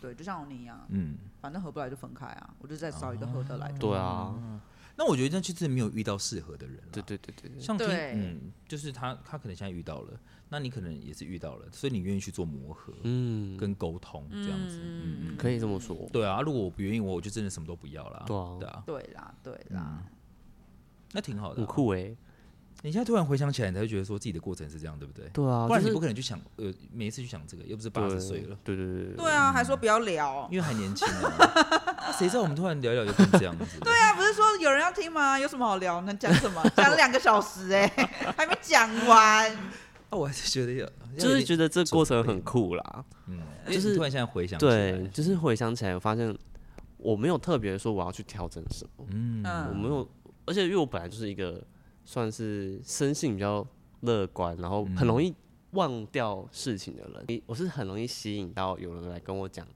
S3: 对，就像你一样，
S2: 嗯，
S3: 反正合不来就分开啊，我就再找一个合得来的。
S1: 对啊，
S2: 那我觉得这就是没有遇到适合的人了
S1: 对。对对对对，
S2: 像听，
S3: 对
S2: 嗯，就是他，他可能现在遇到了，那你可能也是遇到了，所以你愿意去做磨合
S1: 嗯，
S2: 跟沟通这样子，嗯嗯，
S1: 可以这么说。
S2: 对啊，如果我不愿意，我我就真的什么都不要了，
S1: 对啊
S2: 对啊，
S3: 对啦，对啦，
S2: 那挺好的
S1: 很
S2: 啊。
S1: 酷哎，
S2: 你现在突然回想起来，你才会觉得说自己的过程是这样，对不对？
S1: 对啊，
S2: 不然
S1: 就
S2: 你
S1: 是
S2: 不可能去想，呃，每一次去想这个，又不是八十岁了，，
S1: 对对对对对，
S3: 对啊，还说不要聊。
S2: 因为还年轻啊。谁知道我们突然聊一聊就变这样 子？对
S3: 对啊，不是说有人要听吗？有什么好聊？能讲什么？讲了两个小时哎、 还没讲完。
S2: 啊，我还是觉得有，
S1: 就是觉得
S2: 得，
S1: 这过程很酷啦。
S2: 嗯，
S1: 就
S2: 因为
S1: 是
S2: 你突然现在回想起来
S1: 对，，就是回想起来，我发现我没有特别说我要去调整什么，
S2: 嗯，
S1: 我
S3: 嗯，
S1: 没有，而且因为我本来就是一个算是生性比较乐观，然后
S2: 嗯
S1: 很容易忘掉事情的人，你我是很容易吸引到有人来跟我讲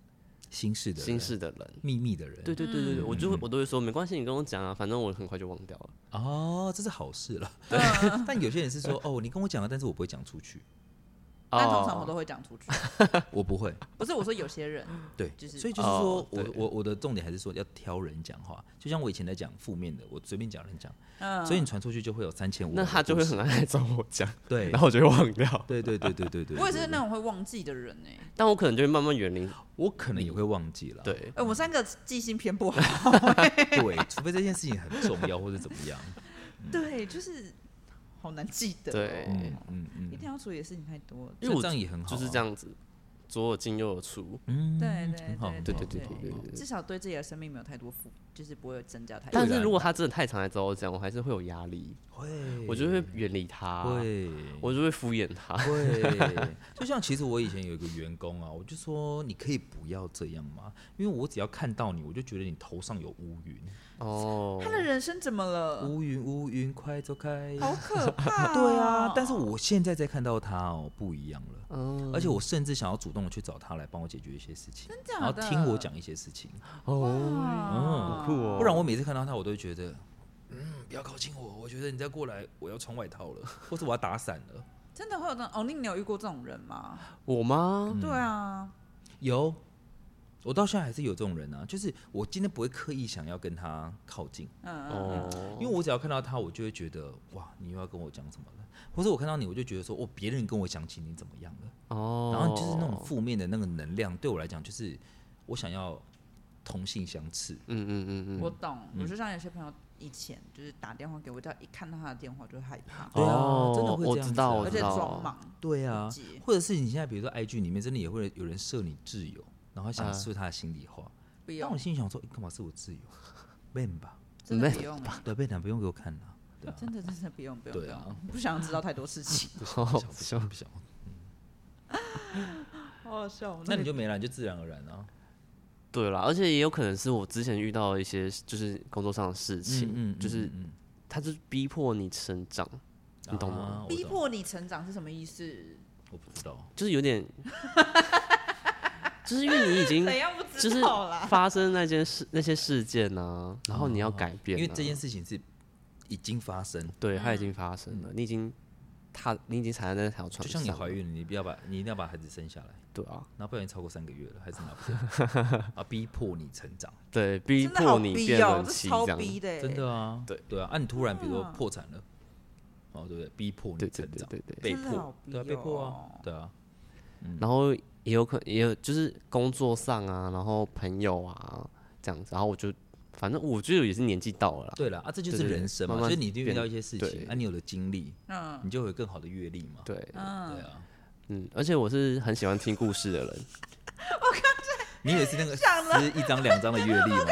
S2: 心事的人
S1: 心事的人。
S2: 秘密的人，
S1: 对对对对，对我就会
S2: 嗯
S1: 我都会说没关系，你跟我讲啊，反正我很快就忘掉了。
S2: 哦，这是好 事了。但有些人是说，哦，你跟我讲了，但是我不会讲出去，
S3: 但通常我
S1: 哦
S3: 都会讲出去。
S2: 我不会。
S3: 不是我说有些人，
S2: 对，
S3: 就是
S2: 所以就是说
S1: 哦
S2: 我
S1: 对
S2: 我我的重点还是说要挑人讲话，就像我以前在讲负面的，我随便讲人讲，
S3: 嗯，
S2: 所以你传出去就会有三千五，
S1: 那他就会很爱找我讲，
S2: 对
S1: 然后我就会忘掉。
S2: 对对对对对对，
S3: 我也是
S2: 对
S3: 那种会忘记的人哎、
S1: 但我可能就会慢慢远离。
S2: 我可能也会忘记了，
S1: 对，
S3: 哎、我们三个记性偏不好。
S2: 对，除非这件事情很重要或者怎么 样，
S3: 对，就是好难记得、
S1: 嗯
S3: 哦。
S1: 对
S2: 嗯嗯
S3: 一
S2: 嗯，
S3: 定要处理的事情太多了。
S1: 因为我
S2: 所以这样也很好，啊
S1: 就是这，样子，左有进右有出。
S2: 嗯，
S3: 对对
S2: 很好，
S3: 对
S2: 很
S1: 对
S2: 好
S1: 对对
S3: 对
S1: 对对对。
S3: 至少对自己的生命没有太多负，就是不会增加太多
S1: 但
S2: 对。
S1: 是
S2: 啊啦
S1: 如果他真的太常来找我讲，我还是会有压力，
S2: 会，
S1: 我就会远离他，
S2: 会，
S1: 我就会啊敷衍他。
S2: 会， 就像其实我以前有一个员工啊，我就说你可以不要这样吗？因为我只要看到你，我就觉得你头上有乌云，
S1: 哦
S3: 他，的人生怎么了？
S2: 乌云乌云快走开，
S3: 好可怕、哦
S2: 对啊，但是我现在再看到他哦，不一样了。
S1: 嗯，
S2: 而且我甚至想要主动的去找他来帮我解决一些事情，
S3: 真假
S2: 然后
S3: 的
S2: 听我讲一些事情，
S1: 哦，
S3: 嗯
S1: 酷哦
S2: 不然我每次看到他，我都会觉得，嗯，不要靠近我，我觉得你再过来，我要穿外套了， 或是我要打伞了。
S3: 真的会有那种哦，你你有遇过这种人吗？
S1: 我吗？
S3: 对啊，
S2: 有，我到现在还是有这种人啊，就是我今天不会刻意想要跟他靠近，
S3: 嗯嗯
S1: 哦，
S2: 因为我只要看到他，我就会觉得，哇，你又要跟我讲什么了？或者我看到你，我就觉得说，哦，别人跟我讲起你怎么样了。
S1: 哦，
S2: 然后就是那种负面的那个能量，对我来讲，就是我想要同性相斥。
S1: 嗯嗯嗯嗯，
S3: 我懂。我就像有些朋友以前就是打电话给我，只要一看到他的电话就害怕，
S2: 对啊
S1: 哦
S2: 真的会
S1: 我
S2: 这样
S1: 知
S2: 子啊
S1: 道，我
S3: 而且
S1: 知道
S3: 装忙。
S2: 对啊
S3: 理解，
S2: 或者是你现在比如说 IG 里面真的也会有人设你挚友，然后想说他的心里话，
S3: 不
S2: 但
S3: 用
S2: 我，心里想说，你干嘛是我挚友？Ben 吧，
S3: 真的不用，
S2: 对，Ben 啊不用给我看了、对啊，
S3: 真的真的不用不用不
S2: 对啊
S3: 用，不想知道太多 事情。
S1: 好
S2: 不
S1: 好
S2: 想不
S1: 笑
S2: 想不想，
S3: 好好笑哦，
S2: 那你就没了，你就自然而然啊。
S1: 对啦，而且也有可能是我之前遇到的一些就是工作上的事情，就是
S2: 嗯
S1: 他就是逼迫你成长，你懂吗？
S2: 啊我
S3: 逼
S2: 懂
S3: 迫你成长是什么意思？
S2: 我不知道，
S1: 就是有点， 就是因为你已经
S3: 怎样不
S1: 就
S3: 知
S1: 是
S3: 道啦？
S1: 发生那件事那些事件呢、然后你要改变、啊
S2: 哦因为这件
S1: 事，
S2: 事情是已经发生，
S3: 嗯
S1: 对它已经发生了，你已经踏，你已经踩在那条船上
S2: 就
S1: 了，
S2: 像你怀孕了，你不要把你一定要把孩子生下来，
S1: 对啊，
S2: 然后不小心超过三个月了，还是拿不下来啊，逼迫你成长，
S1: 对，逼
S3: 真的好
S1: 迫你
S3: 逼
S1: 变
S3: 哦，
S1: 人
S3: 这
S1: 妻
S3: 超
S1: 这样，
S3: 逼的欸，
S2: 真的啊，
S1: 对
S2: 对啊，啊你突然比如说
S3: 啊
S2: 破产了，哦对不对？逼迫你
S1: 对对
S2: 成
S1: 对
S2: 长，
S1: 对对。
S2: 被
S3: 真的
S2: 迫
S3: 好，逼
S2: 对啊，被迫啊
S3: 哦，
S2: 对啊，
S1: 然后也有可也有就是工作上啊，然后朋友啊这样子，然后我就反正我觉得也是年纪到了啦，
S2: 对了啊，这就
S1: 对
S2: 是
S1: 对对
S2: 人生嘛，
S1: 慢慢
S2: 所以你一定遇
S1: 变
S2: 到一些事
S1: 对
S2: 情，啊，你有了经历，
S3: 嗯
S2: 你就会有更好的阅历嘛，
S1: 对，
S2: 对
S3: 嗯，
S2: 啊，
S1: 嗯，而且我是很喜欢听故事的人，
S2: 你也是那个
S3: 想了
S2: 撕一张两张的阅历吗？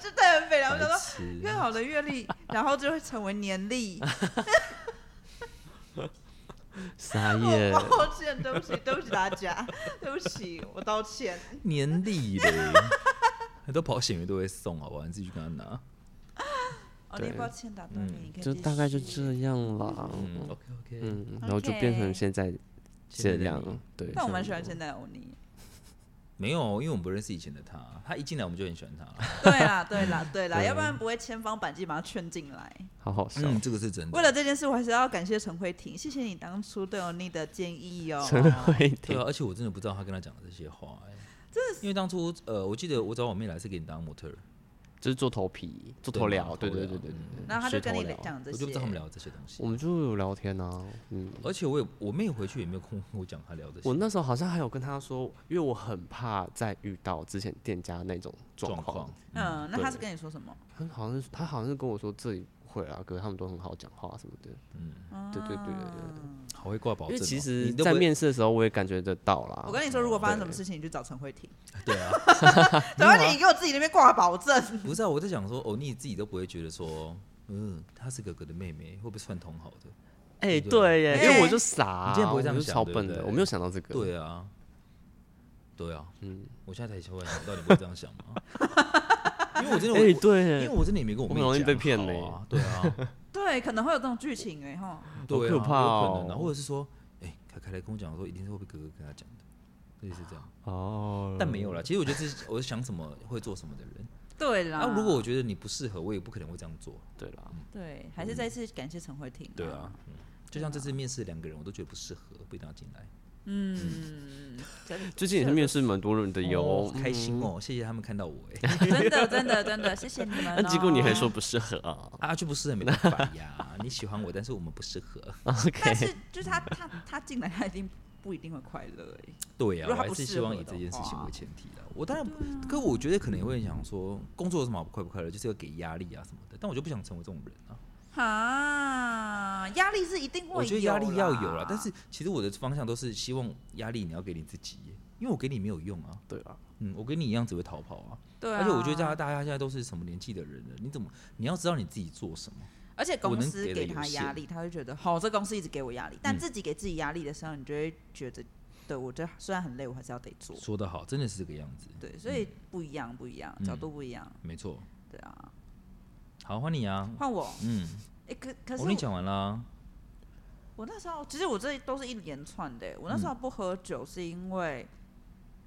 S3: 这太很北凉，我 想
S2: 白
S3: 说
S2: 痴，
S3: 更好的阅历，然后就会成为 年历。哦
S1: 傻
S3: 我
S1: 眼，
S3: 抱歉，对不起，对不起大 家，对不起，我道歉。
S2: 年历嘞，很多保险员都会送，好不好？你自己去跟他拿。
S3: 哦，
S1: 对嗯
S3: 你抱歉打断你，你可以
S1: 就
S3: 继
S1: 大概就
S3: 续
S1: 这样啦，
S2: 嗯，OK OK，
S1: 嗯，然后就变成
S3: OK
S1: 现在
S2: 现在
S1: 这
S2: 的
S1: 样
S2: 你，
S1: 对。
S3: 但我蛮喜
S1: 像
S3: 欢现在的欧 尼。
S2: 没有，哦因为我们不认识以前的他，他一进来我们就很喜欢他。
S3: 对啦，对啦，对啦，
S1: 对
S3: 要不然不会千方百计把他劝进来。
S1: 好好笑，
S2: 嗯，这个是真的。
S3: 为了这件事，我还是要感谢陈慧婷，谢谢你当初对欧尼的建议哦。
S1: 陈慧
S2: 对
S1: 婷
S2: 啊，而且我真的不知道他跟他讲的这些话、哎，真的。因为当初呃，我记得我找我妹来是给你当模特儿，
S1: 就是做头皮、做
S2: 对
S1: 头
S2: 嘛
S1: 疗，
S2: 头
S1: 对对
S2: 疗
S1: 对对对
S2: 嗯。
S1: 对
S3: 然后他就
S1: 学
S3: 跟
S1: 头
S3: 你
S1: 疗
S3: 讲这
S2: 我就不知
S3: 些
S2: 道他，们聊这些东西
S1: 我。们就有聊天啊，嗯，
S2: 而且我也我妹回去也没有空跟我讲她聊这些。
S1: 我那时候好像还有跟他说，因为我很怕再遇到之前店家那种状
S2: 状况，
S3: 嗯，那他
S1: 对
S3: 是跟你说什么？
S1: 他好像是他好像是跟我说这里不会啊，可是他们都很好讲话什么的。嗯，对对对对对。
S2: 好会挂保
S1: 因
S2: 证、
S1: 为
S2: 哦。
S1: 其
S2: 你
S1: 实，
S2: 都
S1: 在
S2: 不会
S1: 面试的时候我也感觉得到啦。
S3: 我跟你说，如果发生
S1: 对
S3: 什么事情，你去找陈慧婷。
S2: 对啊，
S3: 陈慧婷，你给我自己那边挂保证。
S2: 不是啊，我在想说，欧尼自己都不会觉得说，嗯，她是哥哥的妹妹，会不会串通好的？
S1: 哎，
S2: 对不
S1: 对耶，因为我
S3: 哎
S1: 就傻
S2: 你
S1: 啊，
S2: 竟然不会这样
S1: 我就
S2: 想
S1: 超
S2: 对不
S1: 笨的，
S2: 对
S1: 我没有想到这个。
S2: 对啊，对啊，
S1: 嗯，
S2: 我现在才想问，我到底不会这样想吗？ 因为我真的，
S1: 哎，
S2: 因为
S1: 对，
S2: 我真的也没跟我妹
S1: 我很容易
S2: 讲
S1: 被骗
S2: 好
S1: 嘞
S2: 啊对 啊，
S3: 对，可能会有这种剧情哎哈。
S2: 对啊，
S1: 可怕
S2: 有可能啊，
S1: 哦
S2: 或者是说，哎、凯凯来跟我讲说，一定是会被哥哥跟他讲的，类似这样，
S1: 哦，
S2: 但没有啦。其实我觉得这是我想什么会做什么的人。
S3: 对
S2: 那、
S3: 啦。
S2: 啊、如果我觉得你不适合，我也不可能会这样做。
S1: 对啦，
S3: 对，还是再次感谢陈慧婷。
S2: 对啊，，嗯、就像这次面试两个人，我都觉得不适合，不一定要进来。
S3: 嗯，真的
S1: 最近也是面试蛮多人的
S2: 哦
S1: 哟，
S3: 嗯
S1: 嗯
S2: 开心哦，谢谢他们看到我、哎，
S3: 真的真的真的，谢谢你们
S1: 嗯。
S3: 哦。
S1: 那结果你还说不适合 啊
S2: 啊，就不适合没办法呀。你喜欢我，但是我们不适合。
S3: 但
S1: ？OK，
S3: 是就是他他他进来，他一定不一定会快乐哎。
S2: 对
S3: 如
S2: 呀、
S3: 果
S2: 我
S3: 他
S2: 还
S3: 不
S2: 是
S3: 适
S2: 希望
S3: 合
S2: 以
S3: 的
S2: 这件事情
S3: 话啊
S2: 为前提的。我当然不，可我觉得可能也会想说，工作有什么好快不快乐，就是要给压力啊什么的。但我就不想成为这种人啊。
S3: 啊，压力是一定会有，
S2: 我觉得压力要有啦，但是其实我的方向都是希望压力你要给你自己耶，因为我给你没有用啊。
S1: 对啊，
S2: 嗯，我跟你一样只会逃跑啊。
S3: 对、啊，
S2: 而且我觉得大家，大家现在都是什么年纪的人了，你怎么你要知道你自己做什么？
S3: 而且
S2: 我
S3: 公
S2: 能
S3: 司
S2: 给的
S3: 给
S2: 有
S3: 他
S2: 限
S3: 压力，他会觉得好，这公司一直给我压力，但
S2: 嗯
S3: 自己给自己压力的时候，你就会觉得，对我这虽然很累，我还是要得做，
S2: 说得好，真的是这个样子。
S3: 对，所以不一样，不一样，角
S2: 嗯
S3: 度不一样，
S2: 没错。
S3: 对啊，
S2: 好，换你啊。
S3: 换我，
S2: 嗯，
S3: 哎、可可是
S2: 我
S3: 我,、
S2: 跟你讲完啦。
S3: 我那时候，其实我这都是一连串的，我那
S2: 嗯
S3: 时候不喝酒是因为。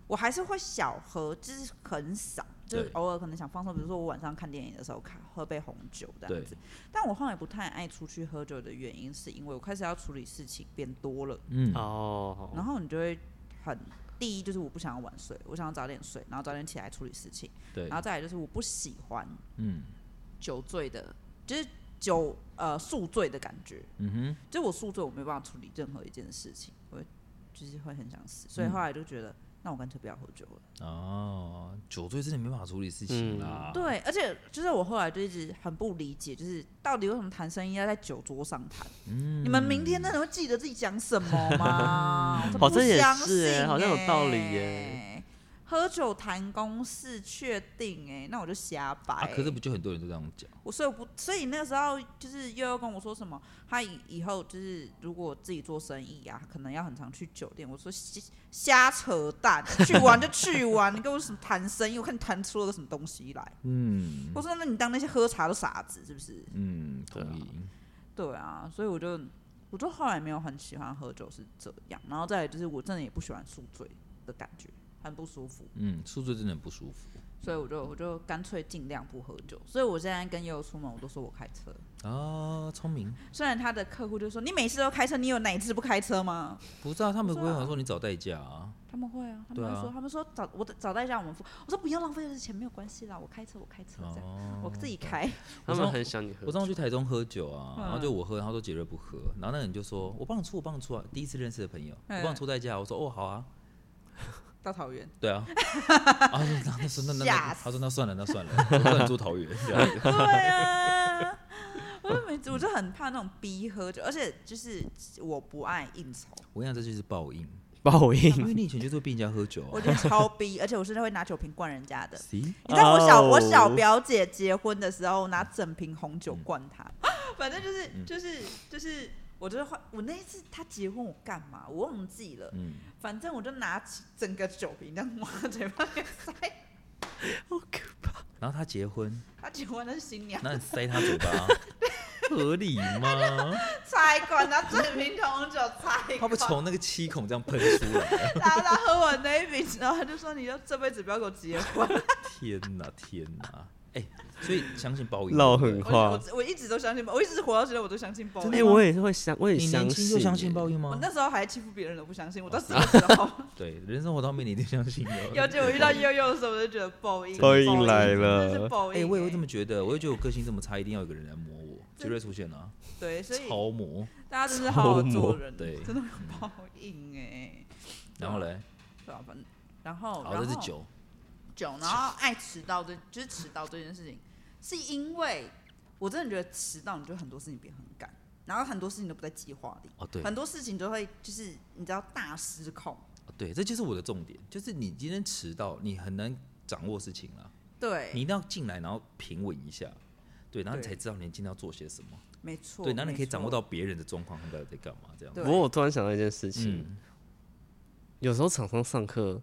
S3: 我还是会小喝，就是很少，就是
S2: 对
S3: 偶尔可能想放松，比如说我晚上看电影的时候看喝杯红酒这样
S2: 对
S3: 子。但我后来不太爱出去喝酒的原因，是因为我开始要处理事情变多了，
S2: 嗯，
S1: 哦，
S3: 然后你就会很第一就是我不想要晚睡，我想要早点睡，然后早点起来处理事情，
S2: 对
S3: 然，后再来就是我不喜欢
S2: 嗯
S3: 酒醉的，就是酒呃宿醉的感觉，
S2: 嗯哼，
S3: 就我宿醉我没办法处理任何一件事情，我就是会很想死，
S2: 嗯
S3: 所以后来就觉得。那我干脆不要喝酒了。
S2: 哦，酒醉真的没办法处理事
S1: 嗯
S2: 情啦。
S3: 对，而且就是我后来就一直很不理解，就是到底为什么谈生意要在酒桌上谈？
S1: 嗯
S3: 你们明天真的会记得自己讲什么吗？ 我
S1: 好
S3: 不
S1: 像也
S3: 相
S1: 是耶
S3: 信
S1: 好像有道理耶
S3: 耶。喝酒谈公事，确定哎、那我就瞎掰、
S2: 啊，可是不就很多人都这样讲？
S3: 我所以我不，所以那个时候就是又要跟我说什么，他以以后就是如果自己做生意啊，可能要很常去酒店。我说瞎瞎扯淡，去玩就去玩，你跟我什么谈生意？我看你谈出了个什么东西来。
S2: 嗯
S3: 我说那你当那些喝茶的傻子是不是？
S2: 嗯，同
S1: 对啊
S2: 意。
S3: 对啊，所以我就我就后来没有很喜欢喝酒是这样，然后再来就是我真的也不喜欢宿醉的感觉，很不舒服，
S2: 嗯，宿醉真的很不舒服。
S3: 所以我就我就干脆尽量不喝酒。所以我现在跟悠悠出门，我都说我开车。
S2: 啊，聪明。
S3: 虽然他的客户就说你每次都开车，你有哪一次不开车吗？
S2: 不知道他们
S3: 不
S2: 不
S3: 知
S2: 会
S3: 道
S2: 想说你找代驾啊？
S3: 他们会啊，他
S2: 对
S3: 们
S2: 啊
S3: 会说，他们说找我找代驾我们付。我说不要浪费这钱，没有关系啦，我开车，我开车这样，
S2: 哦，
S3: 我自己开。
S1: 他
S2: 我
S1: 们
S2: 上
S1: 很想你喝
S2: 我。上次去台中喝酒啊，
S3: 嗯
S2: 然后就我喝，然后说杰瑞不喝，然后那个人就说：“我帮你出，我帮你出啊！”第一次认识的朋友，
S3: 嗯
S2: 我帮你出代驾。我说：“哦，好啊，
S3: 到桃园，
S2: 对 啊。”啊，他说：“那那
S3: 吓
S2: 那，
S3: 死
S2: 他说那算了，那算了，我帮你住桃 园。”这样子
S3: 对啊，我就每次我就很怕那种逼喝酒，而且就是我不爱应酬，
S2: 我跟你讲，这就是报 应，
S1: 报
S2: 因
S1: 应，
S2: 为你以前就是会逼人家喝酒
S3: 我
S2: 啊。
S3: 觉得超逼，而且我是会拿酒瓶灌 人家的。
S2: See？
S3: 你知道我小、
S1: 哦
S3: 我小表姐结婚的时候，我拿整瓶红酒灌她， 反正就是
S2: 嗯
S3: 就是就是，我就是换我那一次她结婚我干嘛？我忘记了，
S2: 嗯，
S3: 反正我就拿起整个酒瓶这样往嘴巴里塞。
S2: 然后他结婚，
S3: 她结婚的是新娘，
S2: 那你塞他 嘴巴，合理吗？
S3: 才管拿整瓶红酒才
S2: 他
S3: 管
S2: 会。从那个七孔这样喷出来。
S3: 然后她喝完那一瓶，然后她就说：“你就这辈子不要跟我结婚。
S2: 天哪，天哪！哎，所以相信报应，
S1: 唠
S2: 对不
S1: 狠
S2: 对
S3: 我”我
S1: 话。
S3: 我一直都相信，我一直活到现在我都相信报
S1: 哎、
S3: 应。
S1: 我也是会相，我也
S2: 你年
S1: 相
S2: 轻
S1: 信、
S2: 就相信报
S1: 应，
S2: 应
S3: 我
S2: 吗？
S3: 那时候还欺负别人了，不相信，我到这个时候。
S2: 对，人生活到面你一定相信的。
S3: 尤其我 遇到悠悠的时候，我就觉得报应，
S1: 报应来了
S3: 真的是报应、欸
S2: 哎、我也会这
S3: 么
S2: 么觉得，我也觉得我个性这么差，一定要有个人来磨我，杰瑞出现了、啊，
S3: 对，所以
S2: 超磨。
S3: 大家真是好好做人，
S2: 对
S3: 真的有报应哎、
S2: 然后嘞，
S3: 对啊吧？反正然后，
S2: 好，
S3: 哦然
S2: 这是
S3: 后
S2: 酒，
S3: 酒，然后爱迟到这就是迟到这件事情，是因为我真的觉得迟到，你就很多事情变很赶，然后很多事情都不在计划里，
S2: 哦，对，
S3: 很多事情都会就是你知道大失控，
S2: 哦对，这就是我的重点，就是你今天迟到，你很难掌握事情了，你
S3: 对，
S2: 一定要进来，然后平稳一下。对，然后你
S3: 对
S2: 才知道你今天要做些什么。
S3: 没错，
S2: 对，然后你可以
S3: 没错
S2: 掌握到别人的状况，他们到底在干嘛这样。
S3: 对
S1: 不过我突然想到一件事情，
S2: 嗯，
S1: 有时候厂商上课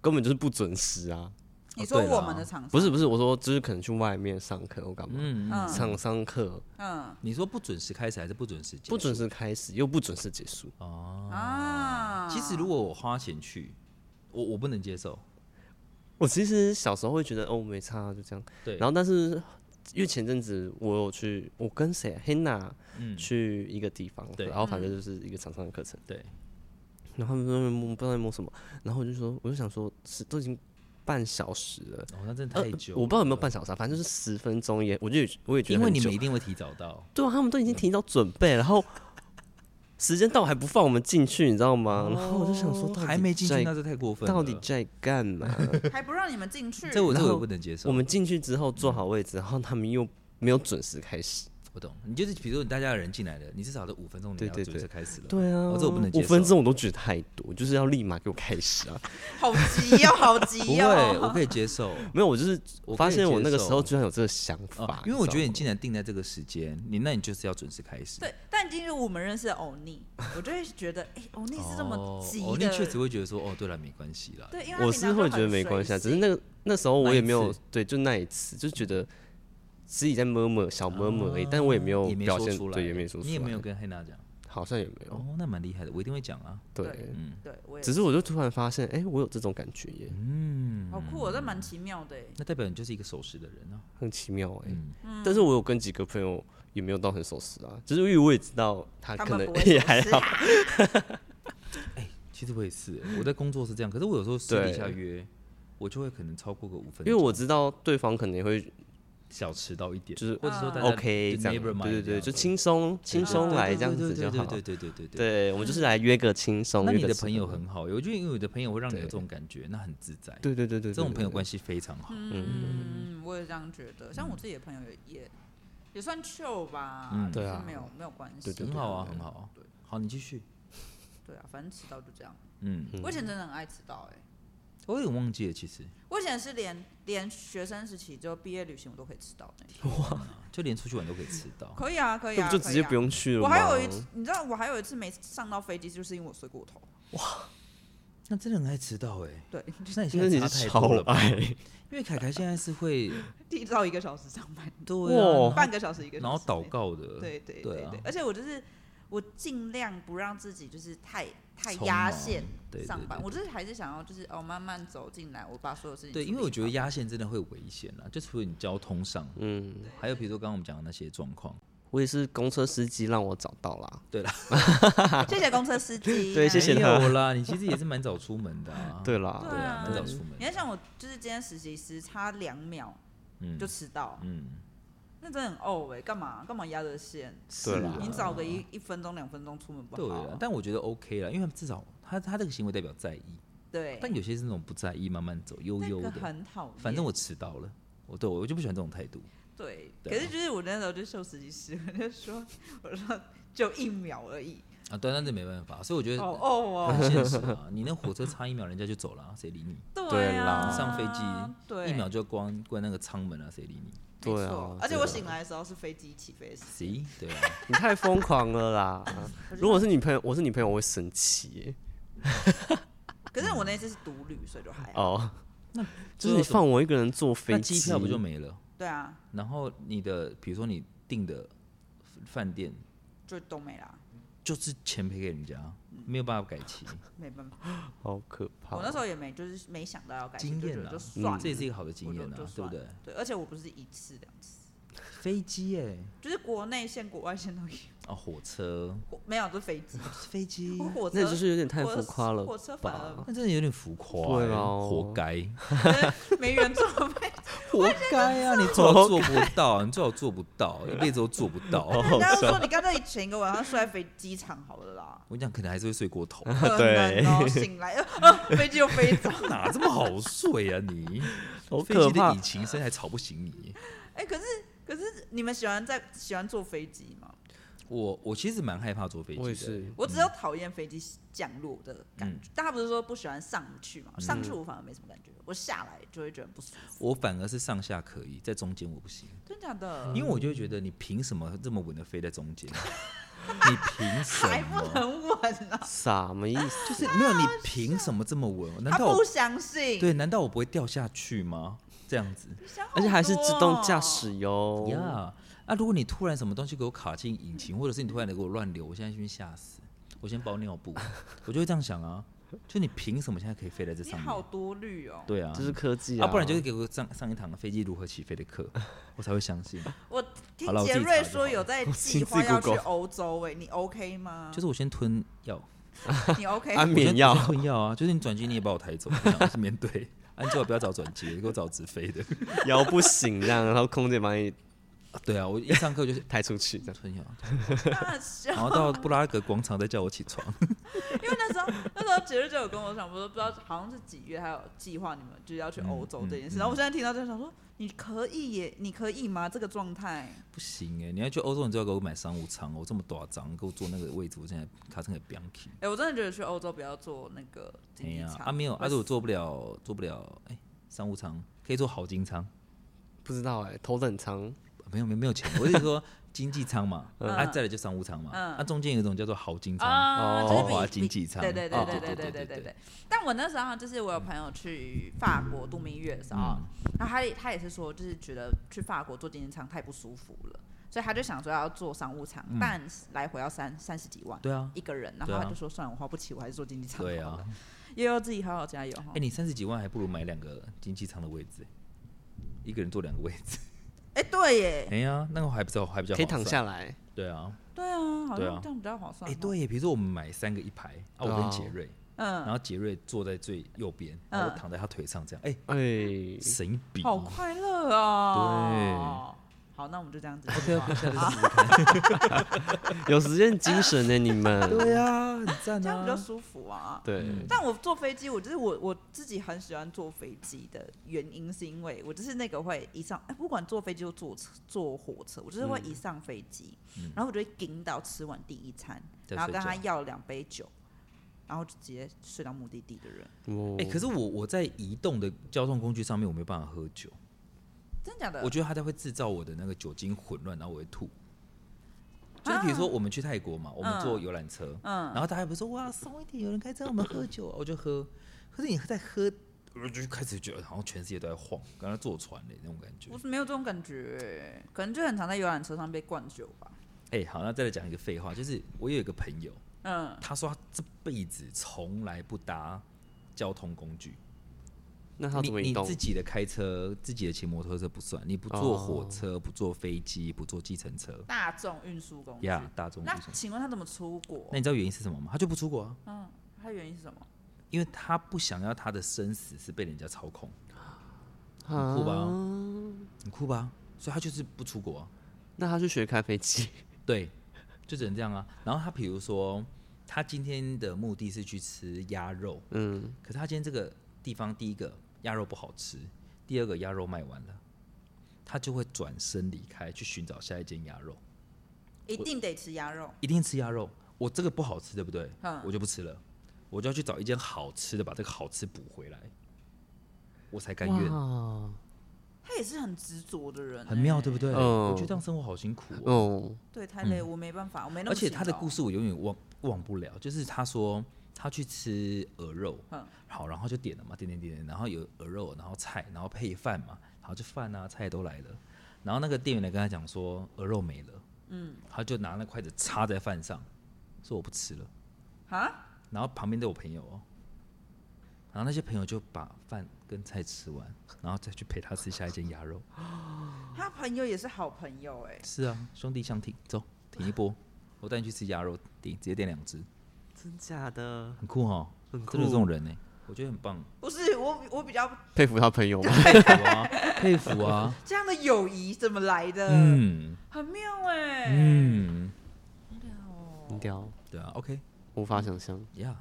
S1: 根本就是不准时啊。
S3: 你
S2: 哦
S3: 说
S2: 对
S3: 我
S2: 啦
S3: 们的厂商
S1: 不是不是，我说就是可能去外面上课或干嘛，
S2: 嗯，嗯
S3: 嗯
S1: 厂商课
S3: 嗯
S2: 你说不准时开始还是不准时结束？
S1: 不准时开始又不准时结束，
S2: 哦
S3: 啊，
S2: 其实如果我花钱去，我我不能接受。
S1: 我其实小时候会觉得哦没差啊就这样，
S2: 对，
S1: 然后但是因为前阵子我有去，我跟谁 Hanna
S2: 嗯，
S1: 去一个地方，
S2: 对
S1: 然后反正就是一个厂商的课程，
S2: 对，
S1: 然后他们在那边摸不知道在摸什么，然后我就说我就想说是都已经半小时了。
S2: 哦，那真的
S1: 呃
S2: 太久了、
S1: 我不知道有没有半小时、啊，反正就是十分钟也，我就我也觉得
S2: 因为
S1: 很
S2: 你
S1: 久
S2: 们一定会提早到。
S1: 对啊，他们都已经提早准备，然 后时间到还不放我们进去，你知道吗？然后我就想说，到底
S2: 哦还没进去，
S1: 在
S2: 那是太过分了。
S1: 到底在干嘛？
S3: 还不让你们进去，
S2: 这我这
S1: 然
S2: 我
S1: 后
S2: 也不能接受。
S1: 我们进去之后坐好位置，然后他们又没有准时开始。
S2: 我懂，你就是比如说你大家有人进来了，你至少得五分钟你
S1: 对
S2: 要
S1: 对
S2: 准
S1: 对
S2: 时开始了。
S1: 对啊，
S2: 哦这我不能接
S1: 五
S2: 受
S1: 分钟我都觉得太多，就是要立马给我开始啊！
S3: 好 急哦，好
S2: 不
S3: 急
S2: 会，我
S3: 哦。
S2: 可以接 受。
S1: 没有，我就是
S2: 我可以
S1: 发现我那个
S2: 接受
S1: 时候居然有这个想法
S2: 啊，，因为我觉得
S1: 你
S2: 你
S1: 知
S2: 既然定在这个时间，你那你就是要准时开始。
S3: 对，但今天我们认识的欧尼，我就会觉得，哎、欧尼
S2: 哦，
S3: 是这么急
S2: 哦
S3: 的，
S2: 你确实会觉得说，哦，对了，没关系啦。
S3: 对，因为
S1: 道
S3: 他
S1: 吗，我
S3: 平
S1: 是
S3: 常就
S1: 会觉得
S3: 很
S1: 没关系，啊，
S3: 随
S1: 只是
S3: 性
S1: 那个那时候我也没
S2: 那一
S1: 有
S2: 次
S1: 对，就那一次就觉得自己在摸摸小摸摸而已，
S2: 啊
S1: 但我也没有
S2: 也没
S1: 表
S2: 说
S1: 现
S2: 出，来，
S1: 对，也没说出来，
S2: 你也没有跟黑娜讲，
S1: 好像也没有，
S2: 哦，那蛮厉害的，我一定会讲啊。
S1: 对
S3: 对，
S2: 嗯
S3: 对我也
S1: 只是我就突然发现，哎、我有这种感觉耶，
S2: 嗯，
S3: 好酷、哦，这蛮奇妙的耶。
S2: 那代表你就是一个守时的人啊。
S1: 很奇妙哎、
S2: 嗯
S1: 但是我有跟几个朋友也没有到很熟识啊，只是因为我也知道
S2: 啊
S1: 他
S3: 他
S1: 可
S3: 们
S1: 能
S3: 不会
S1: 也
S3: 熟
S1: 还
S3: 识
S1: 好，
S2: 其实我也是欸，我在工作是这样，可是我有时候私底
S1: 对
S2: 下约，我就会可能超过个五分钟，
S1: 因为我知道对方可能也会
S2: 小迟到一点，
S1: 就是
S2: 或者说大家
S1: OK
S2: 就
S1: 这
S2: neighbor
S1: 样，
S2: mind
S1: 对对
S2: 这
S1: 对，
S2: 样
S1: 就
S2: 子
S1: 轻松轻松来这样子就好。
S2: 对对对对对对。
S1: 对，我们就是来约个轻松，
S2: 那
S1: 约
S2: 你
S1: 个
S2: 的
S1: 吃
S2: 朋友
S1: 饭
S2: 很好，我觉得因为我的朋友会让你有
S1: 对
S2: 这种感觉，那很自在。
S1: 对对对对对，
S2: 这种朋友关
S1: 系
S2: 系非常好。
S3: 嗯，我也这样觉得。像我自己的朋友也也也算 chill 吧，
S2: 嗯
S3: 就是
S1: 对啊
S3: 没有没有关系，
S1: 对对
S2: 很
S1: 对
S2: 好啊，
S1: 对
S2: 很好啊。好，你继续。
S3: 对啊，反正迟到就这样。
S2: 嗯，
S3: 我以前真的很爱迟到，哎，
S2: 我有点忘记了，其实
S3: 我以前是连连学生时期就毕业旅行我都可以迟到的，
S2: 就连出去玩都可以迟到。
S3: 可以啊，可以
S1: 哦那
S3: 啊，
S1: 不就
S3: 可
S1: 直
S3: 以
S1: 接
S3: 啊
S1: 不用去了
S3: 我
S1: 吗？
S3: 还有一次，你知道我还有一次没上到飞机，就是因为我睡过头。
S2: 那真的很爱迟到哎。
S3: 对，
S2: 那你现
S1: 那你
S2: 在
S1: 是
S2: 差太多
S1: 超
S2: 了吧？
S1: 爱，
S2: 因为凯凯现在是会
S3: 提早一个小时上班，
S2: 对啊
S1: 哇
S3: 半个小时一个小时，
S2: 然后，然后祷。告的。
S3: 对
S2: 对
S3: 对对
S2: 啊
S3: 对，而且我就是我尽量不让自己就是太太
S2: 匆
S3: 压
S2: 忙
S3: 线
S2: 对
S3: 上
S2: 对
S3: 班。
S2: 对
S3: 我就是还是想要就是哦慢慢走进来，我把所有事情
S2: 对，
S3: 处
S2: 因为
S3: 理
S2: 我觉得
S3: 好
S2: 压线真的会危险啊啦，就除了你交通上，
S1: 嗯，
S2: 还有比如说刚刚我们讲的那些状况，
S1: 我也是公车司机让我找到啦。
S3: 谢谢公车司 机，
S1: 对谢谢
S2: 没
S1: 他，
S2: 有啦， 你其实也是蛮早出门的啊
S1: 对啦，
S2: 对啊，蛮
S3: 对
S2: 早出门
S3: 你
S2: 的，
S3: 要像我，就是今天实习时差两秒
S2: 嗯
S3: 就迟到，
S2: 嗯，
S3: 那真的很呕哎、干嘛干嘛压着线？
S2: 是
S1: 啦
S2: 啊
S3: 你早个一一分钟两分钟出门不
S2: 对
S3: 好
S2: 啊
S3: 啊？，
S2: 但我觉得 OK 了，因为至少他他这个行为代表在意，
S3: 对，
S2: 但有些是那种不在意，慢慢走，悠悠
S3: 那个
S2: 的。
S3: 很讨厌。
S2: 反正我迟到了，我对我就不喜欢这种态度。
S3: 对，可
S2: 对啊
S3: 是就是我那时候就受实习师， 我就说我说就一秒而已，
S2: 啊，对，那这没办法，所以我觉
S3: 哦
S2: 得
S3: 哦
S2: 很
S3: 哦，
S2: 现实啊。你那火车差一秒，人家就走了啊，谁理你？
S1: 对
S3: 啊，
S1: 啦
S2: 上飞机
S3: 对
S2: 一秒就关关那个舱门啊，谁理你？
S3: 没
S1: 对
S3: 错
S1: 啊，
S3: 而且
S1: 对
S3: 我
S1: 啊
S3: 醒来的时候是飞机起飞的时候，
S2: 谁？对 啊，
S1: 你太疯狂了啦！如果是你朋友，我是你朋友，我会生气耶。
S3: 可是我那次是独旅，所以就还好。
S1: 哦，
S2: 那
S1: 就是你放我一个人坐飞
S2: 那
S1: 机，
S2: 机票不就没了？
S3: 对啊，
S2: 然后你的比如说你订的饭店
S3: 就都没啦，
S2: 就是钱赔给人家，没有办法改 期，
S3: 没办法。
S1: 好嗯可怕？
S3: 我那时候也没就是没想到要改
S2: 经
S3: 就觉
S2: 验
S3: 得
S2: 啊
S3: 就，算了，
S2: 这也是一个好的经
S3: 我就
S2: 验啊
S3: 就，
S2: 对
S3: 算
S2: 不对
S3: 了？对，而且我不是一次两次，
S2: 飞机哎，
S3: 就是国内线、国外线都有，
S2: 啊，火车，
S3: 我没有，就飞机，
S2: 飞机
S3: 我哦火车
S1: 那就是有点太
S3: 火
S1: 浮夸了
S3: 火车反
S1: 吧
S3: 而？
S2: 那真的有点浮夸、欸，
S1: 对咯
S2: 活该，
S3: 没人坐飞机，
S2: 活该啊！你最好做不到，你最好做不到，一辈子都做不到。，
S3: 人家就说你干脆前一个晚上睡在飞机场好了啦
S2: 我讲可能还是会睡过头，
S3: 可
S1: 对
S3: 能哦，醒来呃呃飞机又飞走，
S2: 哪这么好睡啊你？
S1: 好
S2: 飞机
S1: 可
S2: 的
S1: 怕
S2: 引！擎声还吵不醒你。
S3: 哎，可是可是你们喜欢在喜欢坐飞机吗？
S2: 我我其实蛮害怕坐飞机的，
S1: 我也是，
S3: 我只有讨厌飞机降落的感
S2: 嗯
S3: 觉，大家不是说不喜欢上去嘛？上去我反而没什么感觉，我下来就会觉得很不舒服。
S2: 我反而是上下可以，在中间我不行，
S1: 嗯
S3: 真假的？
S2: 因为我就会觉得你凭什么这么稳的飞在中间？你凭什
S3: 还不
S2: 么？
S3: 能稳啊！
S1: 什么意思？
S2: 就是没有你凭什么这么稳？难
S3: 他
S2: 道我
S3: 不相信，
S2: 对？难道我不会掉下去吗？这样子。
S3: 想好
S1: 而
S3: 多哦，
S1: 且还是自动驾驶哟。
S2: 呀，啊，如果你突然什么东西给我卡进引擎，或者是你突然给我乱流，我现在先吓死，我先包尿布，我就会这样想啊，就你凭什么现在可以飞在这
S3: 你
S2: 上
S3: 好
S2: 面？
S3: 多虑哦。
S2: 对啊，
S1: 这是科技
S2: 啊，不然就是给我上上一堂飞机如何起飞的课，我才会相信。
S3: 我
S2: 好
S3: 听
S2: 了我自
S3: 杰
S2: 己
S3: 瑞
S2: 查就
S3: 说
S2: 好
S3: 有在计
S1: 亲自
S3: 划要去
S1: Google
S3: 欧洲、哎，你 OK 吗？
S2: 就是我先吞药，
S3: 你 OK？
S1: 安
S2: 我
S1: 眠
S2: 先
S1: 药
S2: 我先吞药啊，就是你转机你也把我抬走，我想是面 对。啊，你最好不要找转机，给我找直飞的。
S1: 摇不醒这样，然后空姐把你
S2: 对啊，我一上课就是
S1: 抬出去这样。
S2: 吞药，
S3: 那 时
S2: 然
S3: 候，
S2: 后到布拉格广场再叫我起床。
S3: 因为那时候那时候杰瑞就有跟我讲，我说不知道好像是几月，还有计划你们就是要去欧洲这件
S2: 嗯
S3: 事。
S2: 嗯
S3: 然后我现在听到就想说，你可以耶，你可以吗？这个状态，
S2: 不行哎、你要去欧洲，你就要给我买商务舱哦，我这么大张，给我坐那个位置，我现在卡成个 b a n k
S3: 哎、我真的觉得去欧洲不要坐那个经
S2: 哎
S3: 济
S2: 呀，
S3: 舱
S2: 啊没有，啊
S3: 会
S2: 如果坐不了，坐不了，哎、商务舱可以坐豪金舱，啊
S1: 不知道哎，头等舱
S2: 没有没有没有钱，我是说经济舱 嘛，
S3: 嗯
S2: 啊再来就商务舱嘛，
S3: 嗯
S2: 啊中间有一种叫做豪金舱，
S1: 哦
S3: 啊，就是
S2: 豪
S3: 比
S2: 华
S3: 比
S2: 经济舱，
S3: 对对对
S1: 哦
S3: 对对对对对对。但我那时候就是
S2: 嗯
S3: 我有朋友去法国度蜜月的时候，然后他也他也是说，就是觉得去法国坐经济舱太不舒服了，所以他就想说要坐商务舱，但来回要三三十几万
S2: 嗯对啊，
S3: 一个人，然
S2: 对
S3: 后
S2: 啊
S3: 他就说算了，我花不起，我还是坐经济舱
S2: 对
S3: 好了
S2: 啊，，
S3: 也要自己好好加油哈
S2: 哎、。你三十几万还不如买两个经济舱的位置、一个人坐两个位 置，
S3: 哎，对耶，
S2: 哎呀，那个还比较还比较
S1: 可以
S2: 划
S1: 躺
S2: 算，
S1: 下来，
S2: 对啊，
S3: 对啊，好
S2: 对
S3: 像
S2: 啊
S3: 这样比较划算。哦
S2: 哎、，对耶，比如说我们买三个一排，啊我
S1: 对啊
S2: 跟杰瑞。然
S3: 嗯，
S2: 后杰瑞坐在最右边，然后我
S3: 嗯
S2: 躺在他腿上这样，哎、
S1: 哎，
S2: 神一笔。
S3: 好快乐哦。对，好，那我们就这样子计划。
S2: OK OK，下次试试看。
S1: 有实践精神呢，你们。
S2: 对啊，很赞
S3: 这样比较
S2: 啊。
S3: 舒服啊。
S1: 对，
S3: 但我坐飞机，我就是我我自己很喜欢坐飞机的原因，是因为我就是那个会一上，哎，不管坐飞机或坐车、坐火车，我就是会一上飞机，
S2: 嗯
S3: 然后我就会盯到吃完第一餐，
S2: 再
S3: 然后跟
S2: 睡
S3: 他
S2: 觉
S3: 要两杯酒，然后就直接睡到目的地的人，
S1: 我
S2: 哎、可是我我在移动的交通工具上面，我没有办法喝酒，
S3: 真的假的？
S2: 我觉得它才会制造我的那个酒精混乱，然后我会吐。
S3: 啊
S2: 就是比如说我们去泰国嘛，我们
S3: 嗯
S2: 坐游览车，然后大家不是说哇松一点，有人开车，我们喝酒，啊我就喝。可是你在喝，我就开始觉得好像全世界都在晃，刚刚坐船嘞那种感觉
S3: 我。是没有这种感觉，可能就很常在游览车上被灌酒吧。
S2: 哎、好，那再来讲一个废话，就是我有一个朋友，
S3: 嗯，
S2: 他说他这辈子从来不搭交通工具，
S1: 那他要
S2: 你
S1: 怎么移
S2: 你
S1: 动
S2: 自？己的开车、自己的骑摩托车不算，你不坐
S1: 哦
S2: 火车、不坐飞机、不坐计程车
S3: 大众运输工具。
S2: 呀大众运
S3: 那
S2: 输。
S3: 请问他怎么出国
S2: 那？你知道原因是什么吗？他就不出国啊，
S3: 嗯，他原因是什么？
S2: 因为他不想要他的生死是被人家操控，很酷
S1: 啊
S2: 吧？很酷吧？所以他就是不出国啊。
S1: 那他去学开飞机，
S2: 对，就只能这样啊。然后他比如说，他今天的目的是去吃鸭肉，
S1: 嗯，
S2: 可是他今天这个地方，第一个鸭肉不好吃，第二个鸭肉卖完了，他就会转身离开，去寻找下一间鸭肉。
S3: 一定得吃鸭肉。
S2: 一定吃鸭肉，我这个不好吃，对不对？
S3: 嗯
S2: 我就不吃了，我就要去找一间好吃的，把这个好吃补回来，我才甘愿。
S1: 哇，
S3: 他也是很执着的人、欸
S2: 很妙，对不
S3: 对？
S2: 对？
S1: 嗯
S2: 我觉得这样生活好辛苦、哦。
S1: 哦，
S3: 对，太累，我没办法，我没那么。
S2: 而且他的故，事我永远忘忘不了，就是他说他去吃鹅肉，
S3: 嗯
S2: 好，然后就点了嘛，点点点点，然后有鹅肉，然后菜，然后配饭嘛，然后就饭啊菜都来了，然后那个店员来跟他讲说鹅肉没了，嗯，他就拿那筷子插在饭上，说我不吃了，
S3: 啊，
S2: 然后旁边都有朋友哦，然后那些朋友就把饭跟菜吃完，然后再去陪他吃下一间鸭肉，
S3: 他朋友也是好朋友哎、
S2: 是啊，兄弟相挺，走挺一波，我带你去吃鸭肉，点直接点两只。
S1: 真假的，
S2: 很酷哦哈，
S1: 很
S2: 真的有这种
S1: 酷，
S2: 人呢、我觉得很棒，
S3: 不是我，我比较
S1: 佩服他朋友吗？
S2: 佩服 啊，佩服啊，
S3: 这样的友谊怎么来的？
S2: 嗯
S3: 很妙哎、哦
S2: 嗯，
S1: 很屌，
S2: 对啊，OK，
S1: 无法想象。
S2: 呀、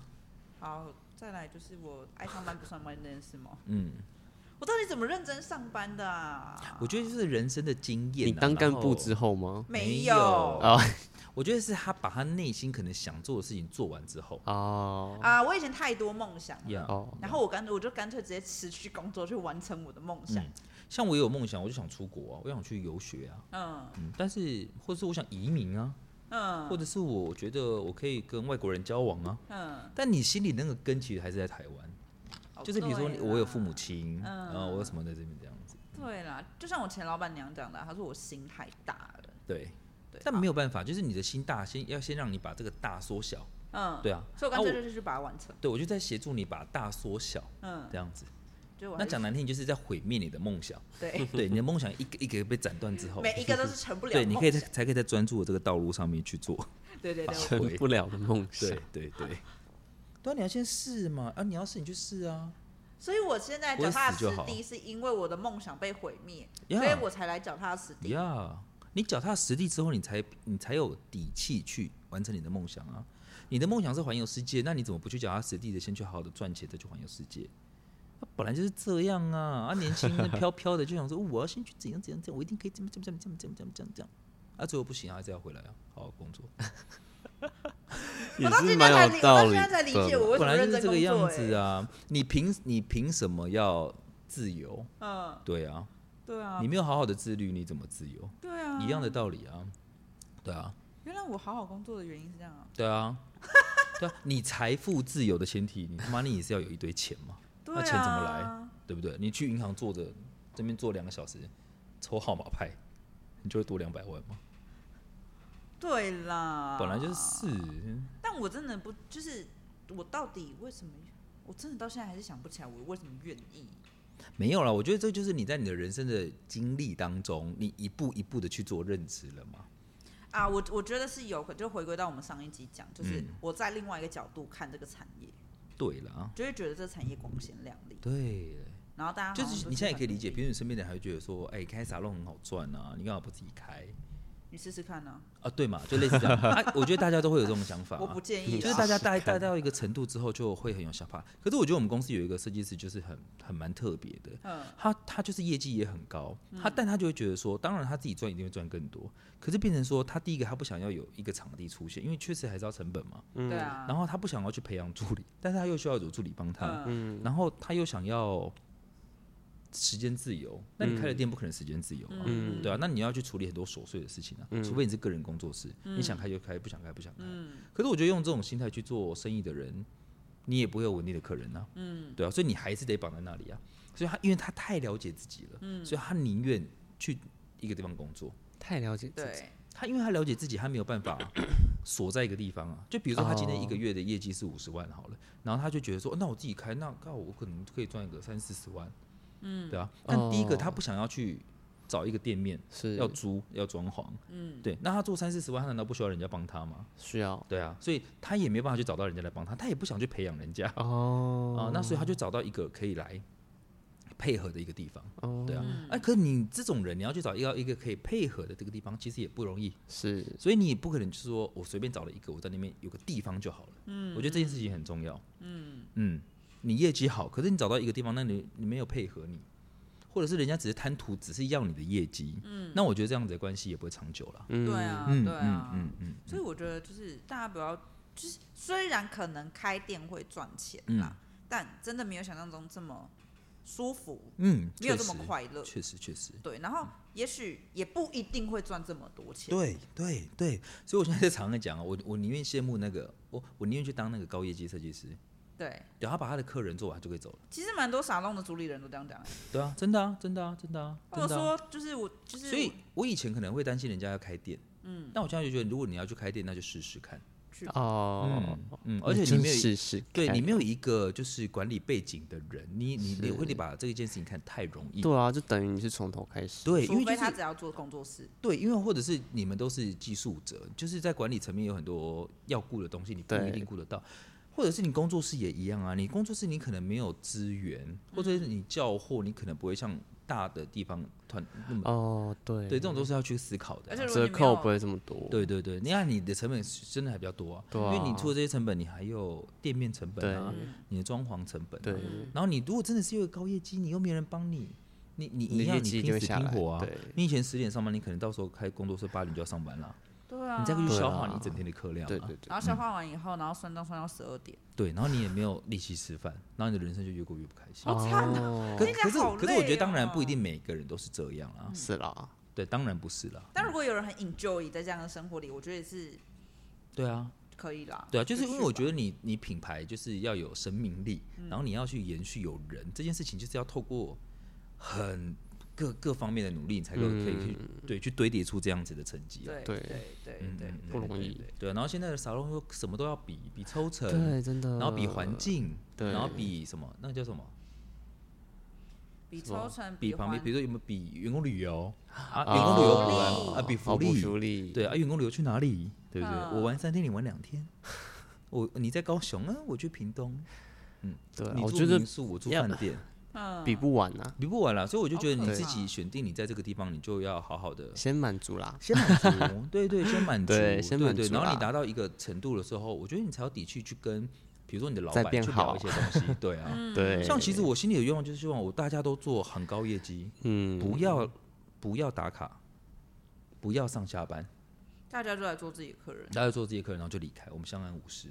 S3: 好，再来就是我爱上班不上班这件事吗？
S2: 嗯，
S3: 我到底怎么认真上班的啊？
S2: 我觉得就是人生的经验、啊。
S1: 你当干部
S2: 后，
S1: 之后吗？
S3: 没
S2: 有
S3: 有
S1: 啊
S2: 我觉得是他把他内心可能想做的事情做完之后，
S1: 哦，
S3: 啊，我以前太多梦想了
S2: 呀、
S1: 哦，
S3: 然后我干脆我就干脆直接辞去工作去完成我的梦想。
S2: 嗯像我也有梦想，我就想出国啊，我想去游学啊，
S3: 嗯
S2: 嗯，但是或是我想移民啊，或
S3: 嗯
S2: 者是我觉得我可以跟外国人交往啊，
S3: 嗯，
S2: 但你心里那个根其实还是在台湾，
S3: 哦
S2: 就是比如说
S3: 对啦
S2: 我有父母亲，
S3: 嗯
S2: 然后我有什么在这边这样子，
S3: 对啦，就像我前老板娘讲的啊，她说我心太大了。
S2: 对。
S3: 对，
S2: 但没有办法，就是你的心大，先要先让你把这个大缩小。
S3: 嗯，
S2: 对啊，
S3: 所以我干脆
S2: 啊
S3: 就是去把它完成。
S2: 对我就在协助你把大缩小
S3: 嗯，
S2: 这样子。
S3: 就我还
S2: 啊那
S3: 是
S2: 讲难听，就是在毁灭你的梦想。
S3: 对，
S2: 对，你的梦想一个一个被斩断之后，
S3: 每一 个都是成不了
S2: 对，你可以在
S3: 梦想。
S2: 才可以在专注的这个道路上面去做。
S3: 对对对，我
S2: 对
S1: 成不了的梦想
S2: 对。对对。对啊，你要先试嘛，啊，你要试你就试啊。
S3: 所以我现在
S2: 我
S3: 脚
S2: 死
S3: 踏实
S2: 就好
S3: 地，是因为我的梦想被毁灭，
S2: 呀
S3: 所以我才来脚踏实地。
S2: 呀、你脚踏实地之后，你才你才有底气去完成你的梦想啊。你的梦想是环游世界，那你怎么不去脚踏实地的先去好好的赚钱，再去环游世界？啊、本来就是这样啊！啊，年轻人飘飘的就想说，我要先去怎样怎样怎样，我一定可以怎么怎么怎么怎么怎么怎么怎么怎么。啊，最后不行啊，还是要回来啊，好好工作。
S1: 也
S3: 我到
S1: 是
S3: 现
S1: 蛮
S3: 在才
S1: 有
S3: 理，
S1: 道
S3: 我到
S1: 理
S3: 现在才理解
S1: 的。
S3: 我为
S2: 本
S3: 什么
S2: 来
S3: 认
S2: 就是
S3: 真
S2: 这个
S3: 工
S2: 样
S3: 作欸
S2: 子。啊！你凭你凭什么要自由？
S3: 嗯，
S2: 对啊，
S3: 对啊
S2: 你，没有好好的自律，你怎么自由？
S3: 对啊，
S2: 一样的。道理啊，对啊。
S3: 原来我好好工作的原因是这样啊。
S2: 对啊， 对啊，你财富自由的前提，你他妈你也是要有一堆钱嘛，
S3: 对
S2: 那钱怎么
S3: 啊？
S2: 对不对？你去银行坐着，这边坐两个小时，抽号码牌，你就会多两百万嘛，
S3: 对啦，
S2: 本来就是。
S3: 但我真的不，就是我到底为什么？我真的到现在还是想不起来，我为什么愿意？
S2: 没有啦，我觉得这就是你在你的人生的经历当中，你一步一步的去做认知了嘛。
S3: 啊，我我觉得是有，可就回归到我们上一集讲，就是
S2: 嗯
S3: 我在另外一个角度看这个产业，
S2: 对啦，
S3: 就会觉得这产业光鲜亮丽，
S2: 对，
S3: 然后大家好
S2: 就
S3: 像
S2: 是
S3: 啊都
S2: 你现在也可以理解，
S3: 很努
S2: 比
S3: 力
S2: 如你身边的人还会觉得说，哎、开沙龙很好赚啊，你干嘛不自己开
S3: 你试试看呢、
S2: 啊？对嘛，就类似 这样。啊、我觉得大家都会有这种想法、
S3: 啊，
S2: 啊。
S3: 我不建议啦，
S2: 就是大家带带到一个程度之后，就会很有想法。可是我觉得我们公司有一个设计师，就是很很蛮特别的。
S3: 嗯
S2: 他他就是业绩也很高，他但他就会觉得说，当然他自己赚一定会赚更多，可是变成说他第一个他不想要有一个场地出现，因为确实还是要成本嘛。
S1: 嗯
S3: 对啊，
S2: 然后他不想要去培养助理， 但是他又需要有助理帮他，
S3: 嗯
S2: 然后他又想要时间自由，那你开了店不可能时间自由啊，
S3: 嗯
S2: 对啊，那你要去处理很多琐碎的事情啊，除非你是个人工作室，
S3: 嗯
S2: 你想开就开，不想开不想开。可是我觉得用这种心态去做生意的人，你也不会有稳定的客人啊，嗯，对啊，所以你还是得绑在那里啊。所以他因为
S3: 嗯
S2: 他太了解自己了，所以他宁愿去一个地方工作，
S1: 太了解自己，
S3: 对，
S2: 他因为他了解自己，他没有办 法锁在一个地方啊。就比如说他今天一个月的业绩是五十万好了，然后他就觉得说，哦那我自己开，那那我可能可以赚个三四十万，嗯，对啊。但第一个
S1: 哦
S2: 他不想要去找一个店面，
S1: 是
S2: 要租要装潢，哦嗯，对。那他做三四十万，他难道不需要人家帮他吗？
S1: 需要
S2: 对啊，所以他也没办法去找到人家来帮他，他也不想去培养人家啊、
S1: 哦
S2: 那所以他就找到一个可以来配合的一个地方，对啊。哎、可你这种人，你要去找一个一个可以配合的这个地方，其实也不容易。
S1: 是
S2: 所以你也不可能就是说我随便找了一个，我在那边有个地方就好了。嗯，我觉得这件事情很重要。嗯你业绩好，可是你找到一个地方，那你你没有配合你，或者是人家只是贪图，只是要你的业绩。嗯，那我觉得这样子的关系也不会长久了。
S1: 嗯
S3: 对啊，
S2: 嗯
S3: 对啊，
S2: 嗯嗯
S3: 所以我觉得就是大家不要，就是虽然可能开店会赚钱啦，但真的没有想象中这么舒服，
S2: 嗯，
S3: 没有
S2: 确
S3: 这么
S2: 实，
S3: 快乐。
S2: 确实确实。
S3: 对，然后也许也不一定会赚这么多钱。
S2: 对对对，所以我现在在常常讲啊，我我宁愿羡慕那个，我我宁愿去当那个高业绩设计师，
S3: 对，
S2: 对，他把他的客人做完就可以走了。
S3: 其实蛮多傻弄的主理人都这样讲、欸，
S2: 对啊，真的啊，真的啊，真的啊，
S3: 或
S2: 真
S3: 者
S2: 的啊。
S3: 说就是我就是
S2: 所以我以前可能会担心人家要开店，嗯，但我现在就觉得，如果你要去开店，那就试试看，
S1: 哦，
S2: 嗯，而且
S1: 真
S2: 你没有一
S1: 试试看，
S2: 对你没有一个就是管理背景的人，你你你会把这一件事情看太容易，
S1: 对啊，就等于你是从头开始，
S2: 对，因
S3: 除
S2: 为就
S3: 非他
S2: 是
S3: 只要做工作室，
S2: 对，因为或者是你们都是技术者，就是在管理层面有很多要顾的东西，你不一
S1: 对
S2: 定顾得到。或者是你工作室也一样啊，你工作室你可能没有资源，
S3: 嗯
S2: 或者是你叫货，你可能不会像大的地方团那么、
S1: 哦，对
S2: 对，这种都是要去思考的啊、
S3: 而且如果
S1: 折
S3: 你没
S1: 扣不
S3: 有
S1: 会这么多，
S2: 对对对，你看你的成本是真的还比较多啊，
S1: 对啊
S2: 因为你出了这些成本，你还有店面成本啊
S1: 对，
S2: 你的装潢成本、啊，
S1: 对，
S3: 嗯
S2: 然后你如果真的是有个高业绩，你又没人帮你，你你
S1: 你
S2: 一样
S1: 业
S2: 你
S1: 绩就
S2: 拼
S1: 会
S2: 死
S1: 下
S2: 拼
S1: 来
S2: 活啊
S1: 对。
S2: 你以前十点上班，你可能到时候开工作室八点就要上班了，
S3: 对啊，
S2: 你再去消
S1: 对
S2: 化
S1: 啊
S2: 你一整天的客量、啊，
S1: 对对对，
S3: 然后消化完以后，然后算账算到十二点，
S2: 对然后你也没有力气吃饭，然后你的人生就越过越不开心。
S3: 好惨啊
S1: 哦
S2: 可
S3: 听起来
S2: 可是
S3: 好
S2: 可是我觉
S3: 累
S2: 得当然不一
S3: 哦
S2: 定每个人都是这样啊，
S1: 是 啦，
S2: 对，当然不是啦，
S3: 但如果有人很 enjoy 在这样的生活里，我觉得也是
S2: 对啊，
S3: 可以啦。
S2: 对啊，就是因为我觉
S3: 得
S2: 得你你品牌就是要有生命力，然后你要去延续有人这件事情，就是要透过很各各方面的努力，你才可以可以去、
S1: 嗯
S2: 对去堆叠出这样子的成绩、啊。
S1: 对
S3: 对对对
S2: 嗯
S3: 对
S2: 嗯嗯
S1: 不容易
S2: 对对啊，然后现在的沙龙又什么都要比，比抽成，
S1: 对，真的，
S2: 然后比环境，
S1: 对
S2: 然后比什么，那个叫什么？
S3: 比抽成
S2: 比旁边，
S3: 环
S2: 比如说有没有比员工旅游啊？
S1: 哦
S2: 员工旅游补
S3: 福利
S2: 完啊，比
S1: 哦
S2: 福
S1: 不
S2: 利，
S1: 福利，
S2: 对啊，员工旅游去哪里？对不对？
S3: 嗯
S2: 我玩三天，你玩两天，我你在高雄啊，我去屏东，
S1: 对啊，
S2: 你
S1: 我
S2: 住
S1: 觉得
S2: 民宿，我住
S1: 要
S2: 饭 店，
S3: 嗯，
S1: 比不完啊，
S2: 比不完啦。所以我就觉得
S3: 好
S2: 你
S3: 可
S2: 自
S3: 怕
S2: 己选定你在这个地方，你就要好好的
S1: 先满足啦，
S2: 先满足， 对对，先满足，
S1: 对先满
S2: 对
S1: 足
S2: 然后
S1: 啦
S2: 你达到一个程度的时候，我觉得你才有底气去跟，比如说你的老
S1: 再
S2: 板
S1: 变
S2: 去聊
S1: 好
S2: 一些东 西，对啊。
S3: 嗯
S1: 对，
S2: 像其实我心里的愿望就是希望我大家都做很高业绩，
S1: 嗯，
S2: 不要不要打卡，不要上下班，
S3: 大家就来做自己的客人，
S2: 大家做这些课，然后就离开，我们相安无事。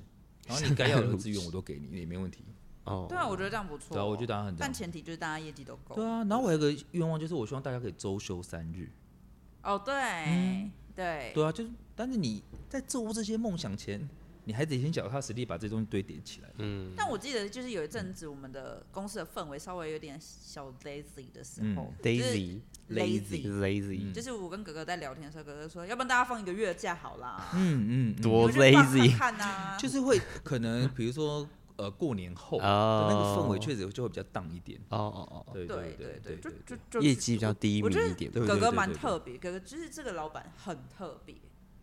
S2: 然后你该要的资源我都给你，也没问题。
S1: 哦，
S3: 对啊，我觉得这样不错。哦
S2: 对啊，我觉得大家很这
S3: 但
S2: 样。
S3: 前提就是大家业绩都够。
S2: 对啊，然后我有一个愿望就是，我希望大家可以周休三日。
S3: 哦，对对
S2: 对啊，就是，但是你在做这些梦想前，你还得先脚踏实地把这东西堆叠起来。
S1: 嗯
S3: 但我记得就是有一阵子，我们的公司的氛围稍微有点小 lazy 的时候
S2: 嗯
S1: ，Daisy
S3: 就是 lazy，
S1: lazy
S3: 就是我跟哥哥在聊天的时候，哥哥说，要不然大家放一个月假好啦，
S2: 嗯嗯，嗯
S1: 多
S3: 你们就放
S1: lazy
S3: 看看 啊，
S2: 就是会可能比如说呃过年后的
S1: 哦
S2: 那个氛围确实就会比较荡一点。
S1: 哦哦哦
S2: 对
S3: 对
S2: 对
S3: 对，就就
S2: 对，
S3: 就
S1: 业绩比较低迷
S3: 我觉
S1: 一
S3: 得
S1: 点，
S2: 对
S3: 哥哥蛮
S2: 对对
S3: 特别，哥哥就是这个老板很特别。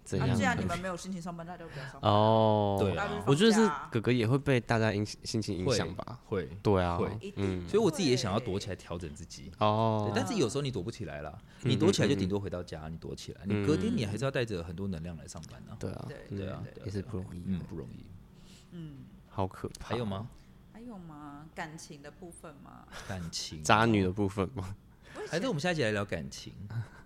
S1: 怎
S3: 啊，
S1: 样
S3: 既？然你们没有心情上班，那就不要上班。
S1: 哦，
S2: 对啊
S3: 大家就
S1: 我觉得
S3: 放
S1: 是
S3: 假啊
S1: 哥哥也会被大家影心情影
S2: 会
S1: 响吧，
S2: 会。
S1: 对啊
S2: 会，
S3: 一定
S1: 嗯，
S2: 所以我自己也想要躲起来调整自己。对
S1: 哦，嗯
S2: 但是有时候你躲不起来啦，你躲起来就顶多回到家，你躲起来，你隔天你还是要带着很多能量来上班啊。
S1: 对啊，
S3: 对
S2: 对啊，
S1: 也是不容易，
S2: 嗯，不容易。
S1: 好可怕。
S2: 还有？吗？
S3: 嗯还有吗？感情的部分吗？
S2: 感情，
S1: 渣女的部分
S2: 嗯
S1: 吗？
S2: 还是我们下一集来聊感 情，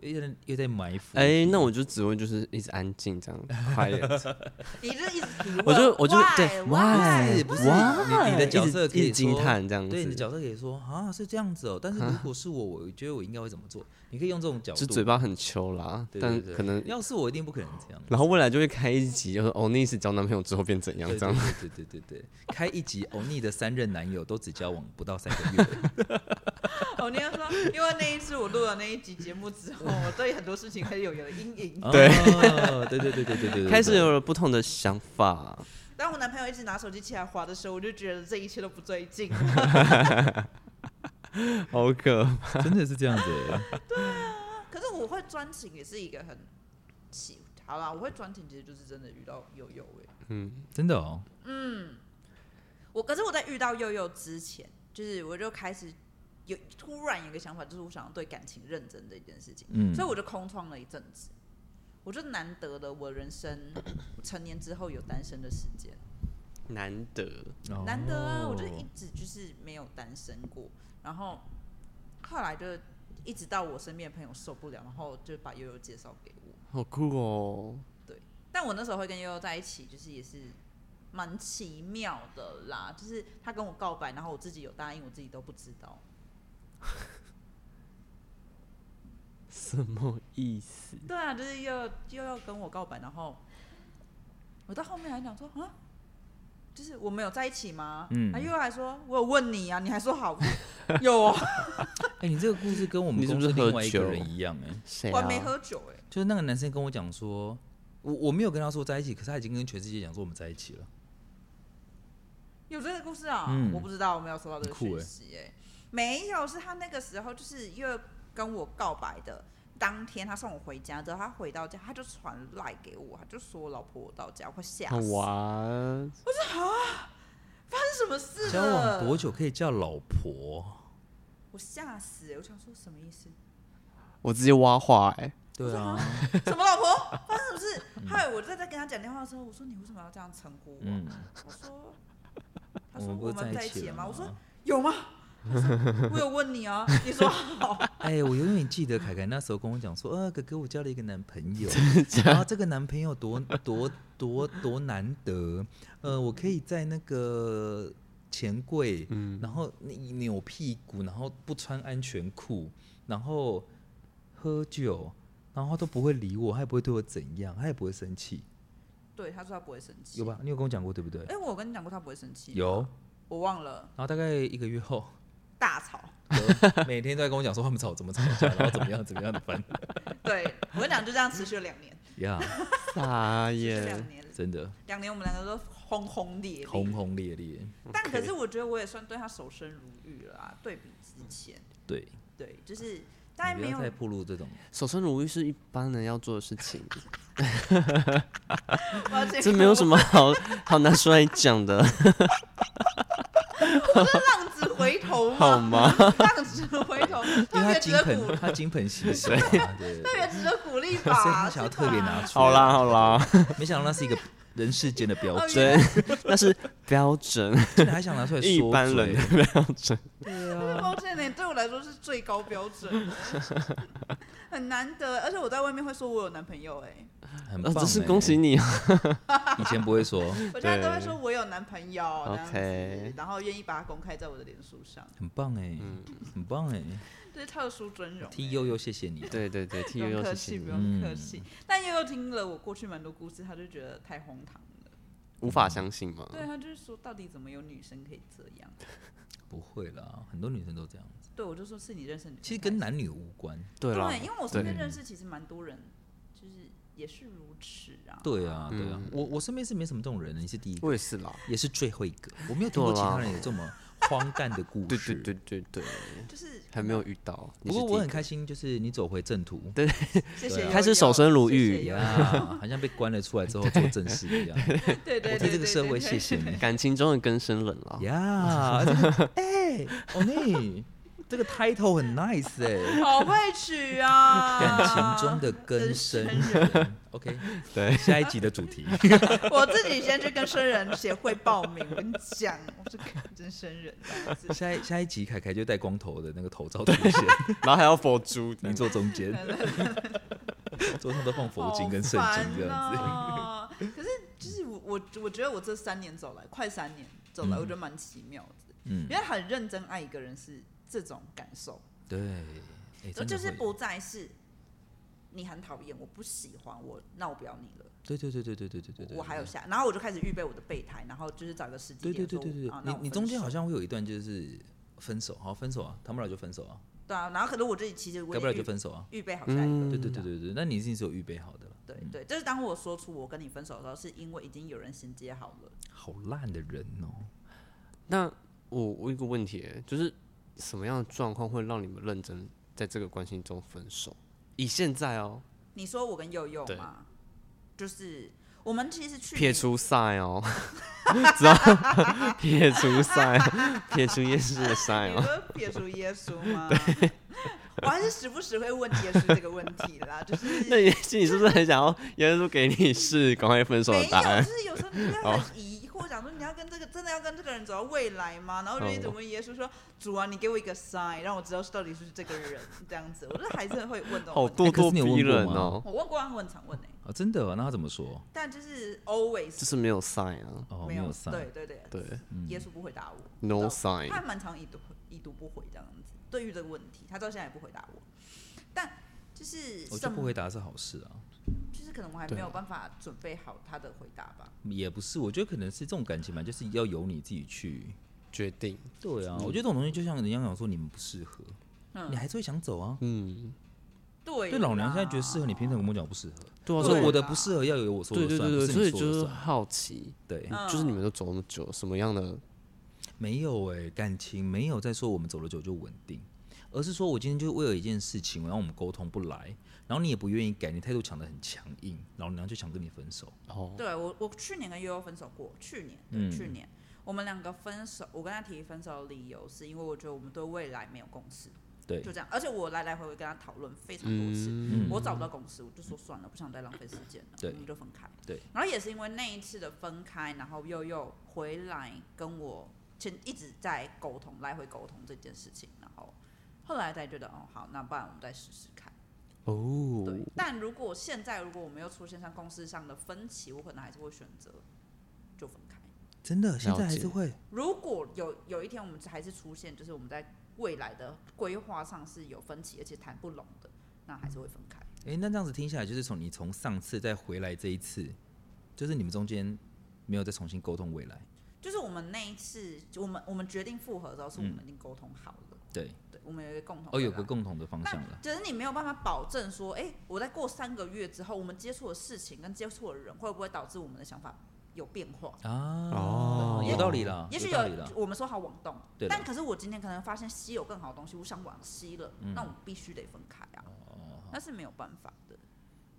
S2: 又在又在埋伏。
S1: 哎，那我就只会就是一直安静这 样，quiet。
S3: 你就一直提问，
S1: 我就我就
S3: why？
S1: 对
S3: why？
S2: 不是不是，你你的角色可
S1: 一直
S2: 以
S1: 惊
S2: 说
S1: 叹这样
S2: 对，你的
S1: 子，
S2: 角色可以说啊是这样子哦，但是如果是我，我觉得我应该会怎么做？你可以用这种角
S1: 就
S2: 度，
S1: 嘴巴很秋啦，
S2: 对
S1: 但
S2: 对对
S1: 可能
S2: 要是我一定不可能这 样。
S1: 然后未来就会开一集，就是哦，那是交男朋友之后变怎样
S2: 对
S1: 这样。
S2: 对对对对对，开一集欧尼的三任男友都只交往不到三个月，
S3: 哦我那天说，因为那一次我录了那一集节目之后，我对很多事情开始有有了阴影。
S2: 哦
S1: 对
S2: 对对对对对对对，
S1: 开始
S2: 对
S1: 有了不同的想法。
S3: 当我男朋友一直拿手机起来滑的时候，我就觉得这一切都不对劲。
S1: 好可 怕，
S2: 真的是这样子欸。
S3: 可是我会专情，也是一个很奇。好啦，我会专情，其实就是真的遇到悠悠哎、
S1: 嗯，
S2: 真的哦，
S3: 我可是我在遇到悠悠之前，就是我就开始有突然有一个想法，就是我想要对感情认真这件事情，
S2: 嗯
S3: 所以我就空窗了一阵子。我就难得的，我人生成年之后有单身的时间，
S1: 难得。
S2: 哦
S3: 难得啊！我就一直就是没有单身过，然后后来就一直到我身边的朋友受不了，然后就把悠悠介绍给我。
S1: 好酷哦！
S3: 但我那时候会跟悠悠在一起，就是也是蛮奇妙的啦。就是他跟我告白，然后我自己有答应，我自己都不知道。
S1: 什么意思？
S3: 对啊，就是又又要跟我告白，然后我到后面还讲说啊，就是我们有在一起吗？
S2: 嗯
S3: 嗯，啊，又还说我有问你啊，你还说好，有啊，
S2: 哎，你这个故事跟我们
S1: 你是
S2: 公
S1: 不
S2: 司
S1: 是
S2: 另
S1: 喝
S2: 外一个
S1: 酒
S2: 人一样哎，
S1: 谁
S3: 我
S1: 啊
S3: 还？没喝酒哎、
S2: 就是那个男生跟我讲说，我我没有跟他说在一起，可是他已经跟全世界讲说我们在一起了。
S3: 有这个故事啊？
S2: 嗯
S3: 我不知道，我没有收到这个
S2: 很酷
S3: 讯
S2: 欸
S3: 息哎、没有，是他那个时候就是又跟我告白的。当天他送我回家之后，他回到家他就传赖给我，他就说老婆我到家，我快吓
S1: 好
S2: 啊
S3: 死！
S1: 玩，
S3: 是什么事
S2: 交往多
S3: 了？
S2: 久可以叫老婆？
S3: 我吓死、欸！我想说什么意思？
S1: 我直接挖话哎、
S2: 对啊，
S3: 什么老婆？发生什么事？还有我在在跟他讲电话的时候，我说你为什么要这样称呼我？
S2: 嗯，
S3: 我说，
S2: 我
S3: 他说
S2: 们不
S3: 我
S2: 是
S3: 们
S2: 在
S3: 在一
S2: 一起
S3: 起
S2: 了
S3: 了吗？我 说有吗？他说我有问你啊，你说好，
S2: 哎、我永远记得凯凯那时候跟我讲说，呃，哥哥，我交了一个男朋友，然后这个男朋友多多多多难得，呃，我可以在那个钱柜，
S3: 嗯
S2: 然后你扭屁股，然后不穿安全裤，然后喝酒，然后他都不会理我，他也不会对我怎样，他也不会生气，
S3: 对，他说他不会生气，
S2: 有？吧？你有跟我讲过对不对
S3: 哎、？我有跟你讲过他不会生气，
S2: 有，，
S3: 我忘了，
S2: 然后大概一个月后，
S3: 大 吵。
S2: 哥每天都在跟我讲说他们吵怎么吵架，然后怎么样怎么样的，反正
S3: 对我跟你讲，就这样持续了两年，
S2: 呀，
S1: 傻
S3: 持续了
S1: 眼
S3: 两，年，
S2: 真的
S3: 两年我们两个都轰轰烈烈，
S2: 轰轰烈烈。
S3: 但可是我觉得我也算对他守身如玉了啊，对比之前，
S2: 对，
S3: 对，就是大概
S2: 你不
S3: 没
S2: 要
S3: 有
S2: 再暴露这种。
S1: 守身如玉是一般人要做的事 情，
S3: 我要去
S1: 这没有什
S3: 看
S1: 么好 好拿出来讲 的，
S3: 浪子回头
S1: 好
S3: 嘛，
S1: 吗？
S3: 浪子回头，特
S2: 因为他
S3: 别
S2: 金
S3: 值得鼓，
S2: 盆，他金盆 洗手啊，对，
S3: 特
S2: 所以
S3: 别值得鼓励吧？
S2: 他想要特别拿
S3: 出，
S2: 出。
S1: 好啦，好啦，
S2: 没想到那是一个人世间的标
S3: 哦
S2: 准，
S1: 对，那是标准，
S2: 竟然还想拿出来
S1: 一
S2: 说
S1: 般人
S2: 嘴
S1: 的标准。
S3: 抱歉呢，对我来说是最高标准的，很难得。而且我在外面会说我有男朋友，哎，
S2: 很
S1: 哦，
S2: 棒。欸
S1: 这是恭喜，你啊！
S2: 以前不 会说，
S3: 我现在都会说我有男朋友这样
S1: OK
S3: 子，然后愿意把它公开在我的脸书上，
S2: 很棒哎，
S1: 嗯
S2: 很棒哎，
S3: 这是特殊尊荣。
S2: 替悠悠谢谢你。
S1: 对对对，
S3: 不
S1: 替悠
S3: 用
S1: 悠
S3: 客
S1: 谢
S3: 气，
S1: 谢
S3: 不
S1: 你，
S3: 用客
S2: 嗯
S3: 气。但悠悠听了我过去蛮多故事，他就觉得太荒唐了。
S1: 无法相信嘛。
S3: 对，他就是说，到底怎么有女生可以这样？
S2: 不会啦，很多女生都这样子，
S3: 对我就说是你认识女生，
S2: 其实跟男女无关。
S1: 对啦
S3: 对，，因为我身边
S2: 对
S3: 认识其实蛮多人，就是也是如此啊。
S2: 对啊，对啊
S1: 嗯，
S2: 我我身边是没什么这种人的，你是第一个，
S1: 我也是啦。
S2: 也是最后一个，我没有听过
S1: 对
S2: 其
S1: 啦
S2: 他人有这么荒诞的故
S1: 对
S2: 事
S1: 对。对对对，
S3: 就是
S1: 还没有遇到。
S2: 不过我很开心，就是你走回正途，
S3: 谢
S2: 对
S3: 谢
S2: 啊
S3: 悠悠，
S1: 开始守身如玉
S3: 谢谢悠悠
S2: 呀，啊好像被关了出来之后做正事一样。
S3: 对 对
S2: 我在
S3: 对，对
S2: 这个社会，谢。谢
S3: 对对
S2: 你
S1: 感情中的更深冷了。
S2: 呀。这个哎，欧尼，这个 title 很 nice 哎，
S3: 好会取啊！
S2: 感情中的根生人。OK，
S1: 对，
S2: 下一集的主题
S3: 我自己先去跟生人协会报名，我跟你讲，我是感真生人这样子。
S2: 下一下一集凯凯就戴光头的那个头罩出 现，
S1: 然后还要佛珠，
S2: 你坐中间，桌上都放佛经跟圣经这样
S3: 哦
S2: 子。
S3: 样子。可是就是我我我觉得我这三年走来，快三年走来，我觉得蛮奇妙的，
S2: 嗯，
S3: 因为很认真爱一个人是这种感受，
S2: 对，哎，真的
S3: 就是
S2: 会
S3: 不再是你很讨厌，我不喜欢我，那我不要你了。
S2: 对对对对对对对对对，
S3: 我还有下，然后我就开始预备我的备胎，然后就是找一个时机
S2: 对对
S3: 点
S2: 对
S3: 说
S2: 对对
S3: 啊，，那
S2: 你
S3: 我
S2: 你
S3: 分
S2: 中间
S3: 手
S2: 好像会有一段就是分手，好分手啊，他们俩就分手啊，
S3: 对啊，然后可能我这里其实我
S2: 要不然
S3: 已
S2: 就
S3: 经
S2: 分手啊。
S3: 预预备好下一
S1: 嗯
S3: 个，
S2: 对对对对对，那你一定是有预备好的了。
S3: 对对，就是当我说出我跟你分手的时候，是因为已经有人衔接好了。
S2: 好烂的人哦、
S1: 那我我有一个问题欸，就是什么样的状况会让你们认真在这个关系中分手？以现在哦，
S3: 你说我跟佑佑
S1: 对
S3: 嘛，就是我们其实去
S1: 撇
S3: 年
S1: 除赛哦， 知道撇除赛，哦撇除夜市的赛
S3: 你
S1: 哦，
S3: 说撇除 耶稣吗？我还是时不时会问耶稣这个问题啦，就是
S1: 那你心里是不是很想要耶稣给你是赶快分手
S3: 没
S1: 的
S3: 有，
S1: 答案哦
S3: 就？是有时候你就会很疑惑，想说你要跟这个真的要跟这个人走到未来吗？然后就
S1: 哦
S3: 一直问耶稣说：“主啊，你给我一个 sign，让我知道到底是不是这个人。”这样子，我觉得还是会问这种
S1: 好
S3: 问题。
S1: 咄
S2: 哎可
S1: 咄
S2: 是你有问
S1: 逼
S2: 过
S1: 人
S2: 吗
S1: 哦，
S3: 我问过啊，我很常问诶、
S2: 啊，真的哦、那他怎么说？
S3: 但就是 always
S1: 就是没有赛啊，
S2: 哦，
S3: 没
S2: 有上，
S3: 对对对，
S1: 对
S3: 耶稣不回答我。
S1: ，no
S3: 他还
S1: sign，
S3: 蛮常已读已读不回这样子。对于这个问题，他到现在也不回答我。但就是
S2: 我
S3: 什
S2: 就不
S3: 么，
S2: 回答是好事啊，
S3: 就是可能我还
S1: 对
S3: 没有办法准备好他的回答吧。
S2: 也不是，我觉得可能是这种感情嘛，就是要由你自己去。
S1: 决定，
S2: 对啊，我觉得这种东西就像人家讲说你们不适合，你还是会想走啊。
S1: 嗯，
S3: 对
S2: 对，
S3: 对，
S2: 老娘现在觉得适合你，凭什么跟我讲不适合？
S1: 对啊，
S2: 所
S1: 所
S2: 以
S1: 以
S2: 我的不适合要由我说
S1: 对
S2: 了
S1: 对
S2: 算，
S1: 对
S2: 不
S1: 对，
S2: 是
S1: 所
S2: 你
S1: 以
S2: 说
S1: 就
S2: 了
S1: 是
S2: 算。
S1: 好奇，
S2: 对，
S1: 就是你们都走那么久，什么样的
S2: 没有哎、感情没有在说我们走了久就稳定，而是说我今天就为了一件事情，然后我们沟通不来，然后你也不愿意改，你态度强得很强硬，老娘就想跟你分手。
S1: 哦，
S3: 对我，我去年跟悠悠分手过，去年，
S2: 嗯
S3: 对，去年我们两个分手，我跟他提分手的理由是因为我觉得我们对未来没有共识，
S2: 对
S3: 就这样。而且我来来回回跟他讨论非常多次，
S1: 嗯，
S3: 我找不到共识，我就说算了，不想再浪费时间了，
S2: 对
S3: 我们就分开。
S2: 对，
S3: 然后也是因为那一次的分开，然后又又回来跟我前一直在沟通，来回沟通这件事情，然后后来才觉得哦好，那不然我们再试试看。
S1: 哦，
S3: 对，但如果现在如果我没有出现像公司上的分歧，我可能还是会选择就分开。
S2: 真的，现在
S1: 了
S2: 还
S1: 解
S2: 是会。
S3: 如果有有一天我们还是出现，就是我们在未来的规划上是有分歧，而且谈不拢的，那还是会分开。
S2: 哎、那这样子听下来，就是从你从上次再回来这一次，就是你们中间没有再重新沟通未来。
S3: 就是我们那一次，我们我们决定复合的时候，是我们已经沟通好了，
S2: 对，
S3: 对，我们有一个共同
S2: 哦，有
S3: 的
S2: 个
S3: 啦
S2: 共同的方向了。
S3: 只是你没有办法保证说，哎、我在过三个月之后，我们接触的事情跟接触的人会不会导致我们的想法有变化？
S2: 啊，
S1: 哦
S2: 有道理啦，
S3: 也许
S2: 啊有道理啦。
S3: 我们说好往东
S2: 对，啦
S3: 但可是我今天可能发现西有更好的东西，我想往西了，
S2: 嗯
S3: 那我们必须得分开啊，
S2: 哦
S3: 那是没有办法
S2: 嗯
S3: 的，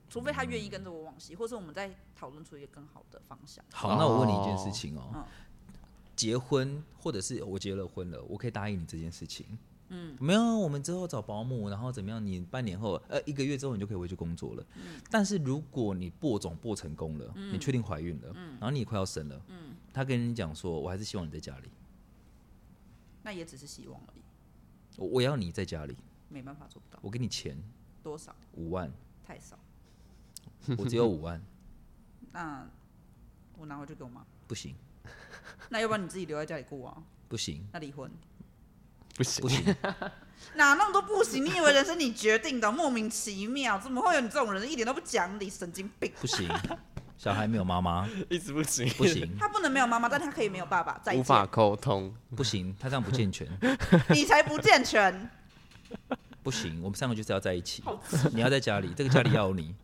S3: 除非他愿意跟着我往西，或者我们再讨论出一个更好的方向。
S2: 好，那我问你一件事情哦，
S3: 嗯
S2: 结婚或者是我结了婚了，我可以答应你这件事情。嗯，没有，我们之后找保姆，然后怎么样？你半年后，呃，一个月之后你就可以回去工作了。但是如果你播种播成功了，你确定怀孕了，然后你也快要生了，他跟你讲说，我还是希望你在家里，
S3: 那也只是希望而已，
S2: 我我要你在家里，
S3: 没办法做不到
S2: 我给你钱
S3: 多少，
S2: 五万，
S3: 太少。
S2: 我只有五万，
S3: 那我拿回去给我妈，
S2: 不行
S3: 那要不然你自己留在家里过啊？
S2: 不行，
S3: 那离婚。
S1: 哦不行
S2: 不行，
S3: 哪弄都不行，你以为人生你决定的？莫名其妙，怎么会有你这种人？一点都不讲理，神经病！
S2: 不行，小孩没有妈妈，
S1: 一直不行，
S2: 不行
S3: 他不能没有妈妈，但他可以没有爸爸。再
S1: 无
S3: 见，
S1: 法沟通，
S2: 不行，他这样不健全，
S3: 你才不健全。
S2: 不行，我们三个就是要在一起
S3: 好，
S2: 你要在家里，这个家里要有你，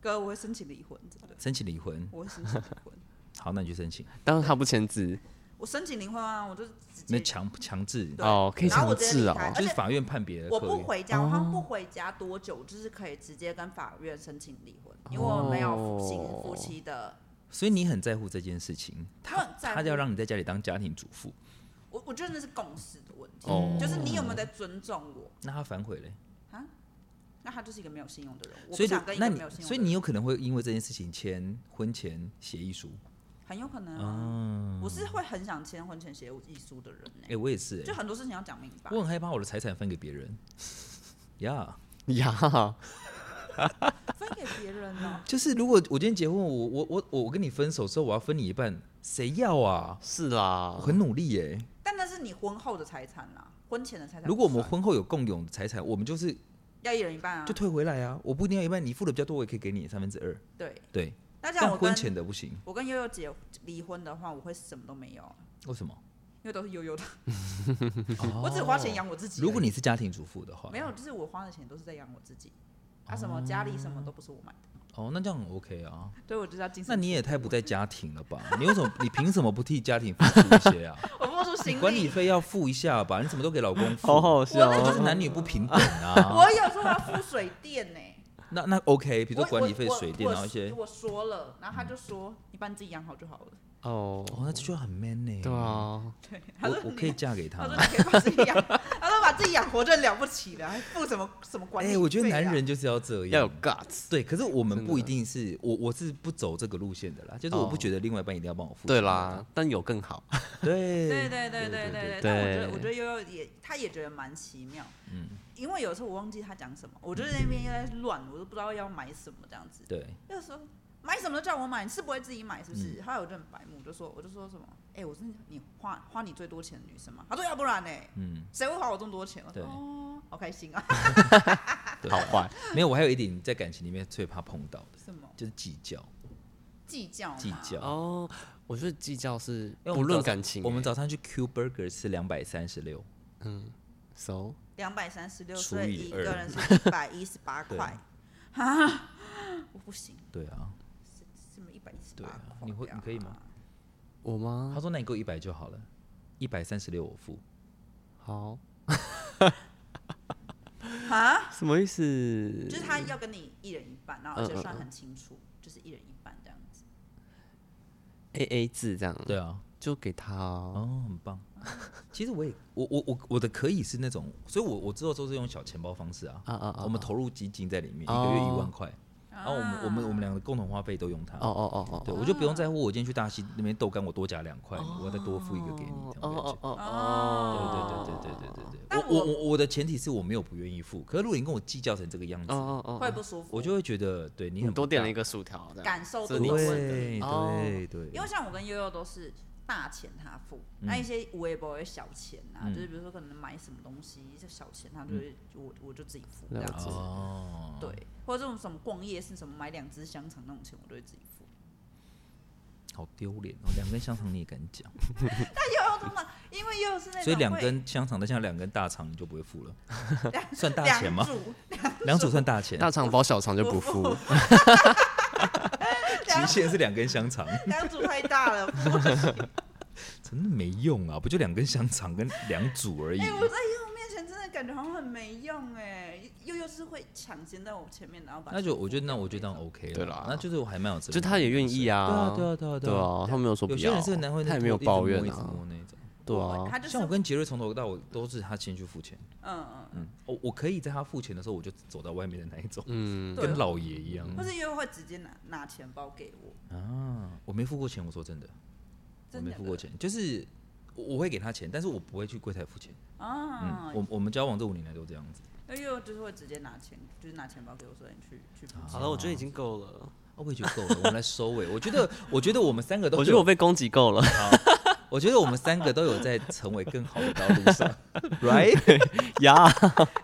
S3: 哥，我会申请离婚，真的，
S2: 申请离婚，
S3: 我会申请离婚。
S2: 好，那你就申请，
S1: 但是他不签字
S3: 我申请离婚啊，我就直
S2: 那
S3: 接，
S2: 强强制，
S3: 对
S1: 哦，可以
S3: 然后
S1: 强
S3: 我直接
S1: 制
S3: 离
S1: 哦
S3: 开，
S2: 就是法院判别的
S3: 我
S2: 可
S3: 不
S2: 以，
S3: 回家，我好像不回家多久，就是可以直接跟法院申请离婚，因为我没有行夫妻的。
S2: 所以你很在乎这件事情，
S3: 他很在
S2: 他
S3: 乎
S2: 要让你在家里当家庭主妇，
S3: 我，我觉得那是共识的问题，
S1: 哦
S3: 就是你有没有在尊重我？
S2: 那他反悔嘞，
S3: 那他就是一个没有信用的人，
S2: 所
S3: 我不
S2: 以
S3: 想跟一
S2: 那
S3: 个
S2: 你
S3: 没有信用的人。
S2: 所以你有可能会因为这件事情签婚前协议书，
S3: 很有可能
S2: 哦
S3: 啊，我是会很想签婚前协议书的人呢、
S2: 哎，我也是，
S3: 就
S2: 哎，
S3: 很多事情要讲明白
S2: 我。很害怕我的财产分给别人， 呀。
S1: 呀，
S3: 分给别人啊呢、
S2: 就是如果我今天结婚，我我我我跟你分手之后，我要分你一半，谁要啊？
S1: 是啦
S2: 我，很努力耶、
S3: 但那是你婚后的财产啦，婚前的财产不算。
S2: 如果我们婚后有共有财产，我们就是
S3: 要一人一半啊，
S2: 就退回来啊，我不一定要一半，你付的比较多，我也可以给你三分之二。
S3: 对。
S2: 对，
S3: 那这样
S2: 但
S3: 我
S2: 婚
S3: 跟
S2: 前的不行，
S3: 我跟悠悠姐离婚的话，我会什么都没有，
S2: 为什么？
S3: 因为都是悠悠的，
S2: 哦
S3: 我只花钱。养我自己而已。
S2: 如果你是家庭主妇的话，
S3: 没有，就是我花的钱都是在养我自己，啊，什么家里什么都不是我买的，
S2: 哦，那这样很 OK 啊。
S3: 对我就是要精神。
S2: 那你也太不在家庭了吧？你为什么？你凭什么不替家庭付出一些 啊？
S3: 我付出心
S2: 管理
S3: 力，
S2: 费要付一下吧？你怎么都给老公 付？
S1: 好好笑
S3: 我那
S2: 这
S1: 哦
S2: 是男女不平等啊。
S3: 我有时候要付水电呢、
S2: 那那 OK，比
S3: 比
S2: 如说管理费、水电，然后啊一些，嗯
S3: 我说了，然后他就说你把你自己养好就好了。
S2: 哦，
S1: 哦，
S2: 那这就很 man 呢。
S1: 对，啊，
S3: 对，他说
S2: 我我
S3: 你
S2: 可以嫁给
S3: 他
S2: 他
S3: 说
S2: 吗
S3: 你。可以把自己 养，他说把自己养活着了不起了，还付什么什么管理费
S2: 哎，
S3: 啊、
S2: 我觉得男人就是要这样，
S1: 要有 guts。
S2: 对，可是我们
S1: 真的哦
S2: 不一定是我，我是不走这个路线的啦，就是我不觉得另外一半一定要帮我付出。
S1: 对啦，，但有更好。
S2: 对，
S3: 对对对对
S2: 对
S1: 对
S3: 对但我觉得
S1: 对
S3: 我觉得悠悠也，他也觉得蛮奇妙。
S2: 嗯
S3: 因为有时候我忘记他讲什么，我就在那边又在乱，我都不知道要买什么这样子。
S2: 对
S3: 那时候买什么都叫我买，你是不会自己买是不
S2: 嗯
S3: 是？后来我就很白目，就说我就说什么，哎、我是你花花你最多钱的女生嘛。他说要不然呢、
S2: 嗯，
S3: 谁会花我这么多钱？我
S2: 对
S3: 说哦，好开心啊，
S2: 对
S1: 好 坏，
S2: 没有，我还有一点在感情里面最怕碰到的，
S3: 什么
S2: 就是计较，
S3: 计较嘛
S2: 计较。
S1: 哦，我觉得计较是
S2: 因为我
S1: 不
S2: 们
S1: 论
S2: 早上
S1: 感情欸、
S2: 我们早上去 Q Burger 吃两百三十六，
S1: 熟
S3: 两百三十六，
S2: 除
S3: 所以
S2: 以
S3: 一个
S2: 二
S3: 人是一百一十八
S2: 对
S3: 块啊，我不行，
S2: 对啊，
S3: 什么一百一十
S2: 对
S3: 八
S2: 啊
S3: 块、
S2: 你会你可以吗？
S1: 我吗
S2: 他？说那你给我一百就好了，一百三十六我付，
S1: 好，
S3: 啊，
S1: 什么意思？
S3: 就是他要跟你一人一半，然后而且
S1: 嗯嗯
S3: 算很清楚，就是一人一半这样子。
S1: A A 制这样，
S2: 对啊，
S1: 就给他哦、
S2: 哦，很棒。其实我也，我我我我的可以是那种，所以我我之后都是用小钱包方式啊，
S1: 啊啊啊
S2: 我们投入基金在里面，一
S1: 哦
S2: 个月一万块，然啊后我
S3: 啊
S2: 们我们我们两个共同花费都用它。
S1: 哦哦哦
S2: 对，我就不用在乎我今天去大溪那边豆干，我多加两块，我再多付一个给你，
S1: 哦
S2: 这样感
S1: 哦
S2: 觉。
S1: 哦
S2: 对
S1: 哦，
S2: 对对对对对对
S3: 但
S2: 对，我我
S3: 我
S2: 我我的前提是我没有不愿意付，可是如果你跟我计较成这个样子，
S1: 哦哦哦，
S3: 会不舒服。
S2: 我就会觉得对你
S1: 你
S2: 很
S1: 多点了一
S2: 个，
S1: 个薯条，这样
S3: 感受
S1: 这
S3: 度
S1: 你
S3: 的
S1: 吃
S3: 问题
S2: 对
S1: 哦
S2: 对对，
S3: 因为像我跟悠悠都是大钱他付，那一些我也不会小钱啊，
S2: 嗯
S3: 就是比如说可能买什么东西，这小钱他就会、我我就自己付这
S1: 了
S3: 样子，
S2: 哦，
S3: 对，或者这种什么逛夜市什么买两只香肠那种钱，我都会自己付。
S2: 好丢脸哦，两根香肠你也敢讲，
S3: 悠悠真的，因为悠悠是那种
S2: 所以两
S3: 会
S2: 根香肠再像两根大肠你就不会付了， 算大
S3: 两
S2: 钱吗？
S3: 组
S2: 两组算大钱，
S1: 大肠包小肠就不付，
S2: 极限是两根香肠，
S3: 两组太大 了，不过
S2: 真的没用啊，不就两根香肠跟两组而已
S3: 哎、。我在悠悠面前真的感觉好像很没用哎、悠悠是会抢先在我前面，然后把
S2: 那就
S3: 钱
S2: 我觉得那
S3: 付
S2: 我觉得
S3: 给
S2: 当
S3: 那种
S2: OK 了，
S1: 对啦
S2: 那就是我还蛮有责任，
S1: 就他也愿意啊，
S2: 对啊对啊对
S1: 对
S2: 啊啊，
S1: 啊，他没有说不
S2: 有
S1: 要，
S2: 些人是男会
S1: 他也没有
S2: 一直摸
S1: 抱怨
S2: 一直
S1: 啊
S2: 摸，那种。
S1: 对
S3: 我
S1: 啊，
S3: 他就是
S2: 像我跟杰瑞从头到尾都是他先去付钱，
S3: 嗯嗯嗯，
S2: 我我可以在他付钱的时候我就走到外面的那一种，
S1: 嗯，
S3: 对啊
S2: 跟老爷一样
S3: 或是又会直接拿拿钱包给我，
S2: 啊。我没付过钱，我说真的，我
S3: 真的
S2: 没付过钱，就是我我会给他钱，但是我不会去柜台付钱。嗯，。
S3: 啊
S2: 我我们交往这五年来都这样子。
S3: 那又就是会直接拿钱，就是拿钱包给我说你去去
S2: 啊
S3: 付
S1: 好了，我觉得已经够了，
S2: 哦我也觉得够了，我们来收尾。我觉得，我觉得我们三个都，
S1: 我觉得我被攻击 够了，
S2: 我觉得我们三个都有在成为更好的道路上 ，right？
S1: 呀，
S2: 啊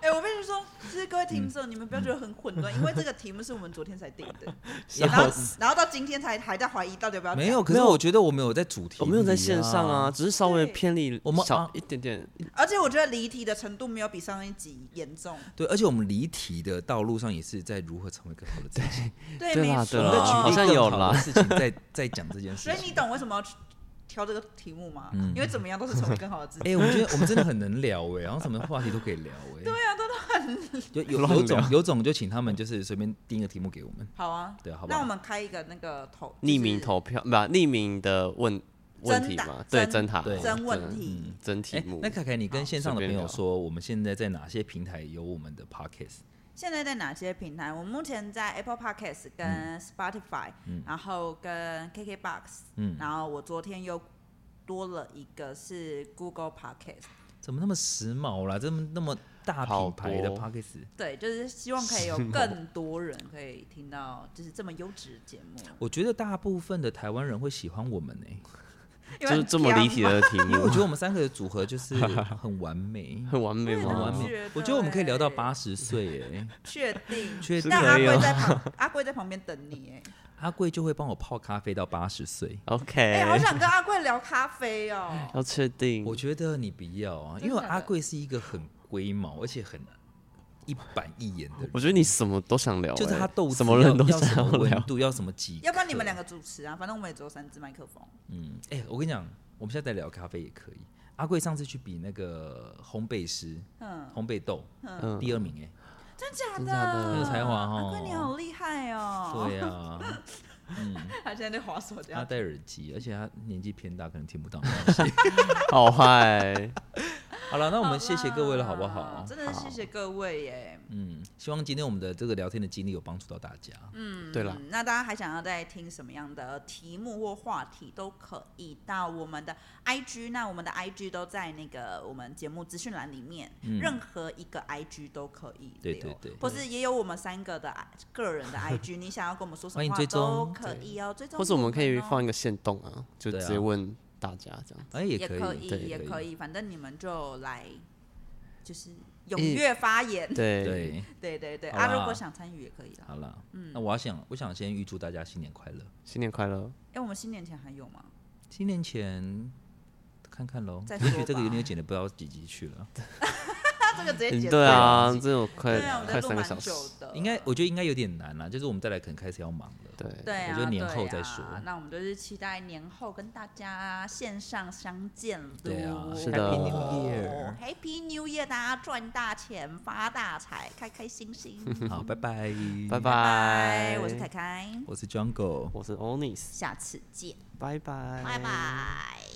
S3: 哎、我跟你说，其实各位
S1: 嗯
S3: 听众，你们不要觉得很混乱，因为这个题目是我们昨天才定 的，
S1: 笑
S3: 然后
S1: 死
S3: 然后到今天才还在怀疑到底要不要讲
S2: 没有，，可是我觉得我们有在主题、
S1: 我没有在线上啊，，只是稍微
S3: 对
S1: 偏离
S2: 我们
S1: 小
S2: 啊
S1: 一点点，
S3: 而且我觉得离题的程度没有比上一集严重，
S2: 对，而且我们离题的道路上也是在如何成为更好的自 己。
S3: 对
S1: 对啦
S3: 没错
S1: 对
S2: 我们在
S1: 啦
S2: 举
S1: 好
S2: 例
S1: 像
S2: 更
S1: 有
S2: 好
S1: 啦
S2: 的事情在在讲这件事
S3: 所
S2: 情。
S3: 以你懂为什么要去挑这个题目吗？
S1: 嗯
S3: 因为怎么样都是成为更好的自己。
S2: 哎、我们觉得我们真的很能聊哎、然后什么话题都可以聊哎、对啊，真的很有有有
S1: 乱
S2: 种有种就请他们就是随便定一个题目给我们。
S3: 好啊，
S2: 对啊好吧
S3: 那我们开一个那个投
S1: 匿名，投票，不，匿名的问问题
S3: 答
S1: 嘛，对，
S3: 真
S1: 真塔
S2: 对
S3: 就是真问题。
S1: 真题
S2: 哎、
S1: 目。
S2: 那凯凯，你跟线上的朋友
S1: 随
S2: 说，我们现在在哪些平台有我们的 podcast？
S3: 现在在哪些平台？我目前在 Apple Podcast、跟
S1: 嗯
S3: Spotify，、然后跟 KKBox，、
S2: 嗯
S3: 然后我昨天又多了一个是 Google Podcast，
S2: 怎么那么时髦啦？这么那么大
S1: 好
S2: 品牌的
S1: 多
S2: podcast？
S3: 对，就是希望可以有更多人可以听到，就是这么优质的节目。
S2: 我觉得大部分的台湾人会喜欢我们哎、
S1: 就是这么离题的题
S2: 因为我
S1: 目。
S2: 觉，得我们三个的组合就是很完美
S1: 很完美
S3: 对
S2: 很完
S1: 吗？
S3: 我觉
S2: 美
S3: 得，
S2: 我觉得我们可以聊到
S3: 欸
S2: 八十岁哎，
S3: 确定，
S2: 确定
S3: 但阿
S1: 可以哦
S3: 贵在旁，阿贵在旁边等你哎，
S2: 阿贵就会帮我泡咖啡到八十岁。
S3: 哎、
S1: OK，
S3: 好想跟阿贵聊咖啡哦。
S1: 要确定
S2: 我觉得你不要啊，因
S3: 真
S2: 为
S3: 的假的
S2: 阿贵是一个很龟毛而且很一板一眼的人。
S1: 我觉得你什么都想聊欸，
S2: 就是他斗志
S1: 什么人
S2: 要
S1: 都
S2: 要
S1: 想
S2: 什么温
S1: 聊。
S2: 度，要什么几克，
S3: 要不然你们两个主持啊，反正我们也只有三支麦克风。
S2: 嗯，哎、我跟你讲，我们现在在聊咖啡也可以。阿贵上次去比那个烘焙师，
S3: 嗯，
S2: 烘焙豆，
S1: 嗯
S2: 第二名哎、
S3: 真假
S1: 真假的
S3: 的？
S1: 很
S2: 有才华哦
S3: 阿贵你好厉害哦。
S2: 对 啊，
S3: 他现在在滑手这
S2: 他
S3: 样。
S2: 戴耳机，而且他年纪偏大，可能听不到。
S1: 好坏，欸
S2: 好了，那我们谢谢各位了，好不好？
S3: 真的是谢谢各位耶。
S2: 嗯，希望今天我们的这个聊天的经历有帮助到大家。
S1: 对了，
S3: 嗯，那大家还想要再听什么样的题目或话题，都可以到我们的 IG，那我们的 IG 都在那个我们节目资讯栏里面，任何一个 IG 都可以留
S2: 对对对
S3: 或是也有我们三个的 I- 个人的 IG，你想要跟我们说什
S2: 欢
S3: 么
S2: 迎
S3: 话
S2: 追
S3: 都
S2: 踪
S3: 可以哦，追踪，
S1: 或者我们可以。放一个线动啊，就
S2: 对啊
S1: 直接问大家这样。
S2: 哎、也
S3: 也
S2: 可以，
S3: 可以，
S1: 对
S3: 也可
S2: 可
S3: 以，反正你们就来，就是
S1: 一
S3: 踊跃发言。
S1: 对，
S2: 对，
S3: 对嗯对对，
S2: 好
S3: 啊，如
S2: 啦
S3: 果想参与也可以啦。
S2: 好了，那我要想，我想先预祝大家新年快乐。
S1: 新年快乐！
S3: 哎，我们新年前还有吗？
S2: 新年前看看喽，
S3: 再
S2: 也
S3: 说
S2: 许这个
S3: 吧
S2: 有点剪的不知道几集去了。
S3: 那这个直接
S1: 嗯
S3: 结
S1: 对啊，
S3: 束
S1: 这种快
S3: 对啊，我在
S1: 快
S3: 录
S1: 三个
S3: 蛮
S1: 小时，
S3: 久的，
S2: 应该我觉得应该有点难啦，就是我们再来可能开始要忙了。
S1: 对，
S3: 对
S2: 我
S3: 啊，
S2: 觉得年
S3: 对
S2: 后再说
S3: 啊那我们就是期待年后跟大家线上相见喽。
S2: 对啊
S1: 是的 Happy
S2: New Year
S3: Happy New Year，大家赚大钱，发大财，开开 心心。
S2: 好，拜拜，
S1: 拜
S3: 拜，我是凯凯，
S2: 我是 Jungle。
S1: 我是 Onis，
S3: 下次见，
S1: 拜拜，
S3: 拜拜。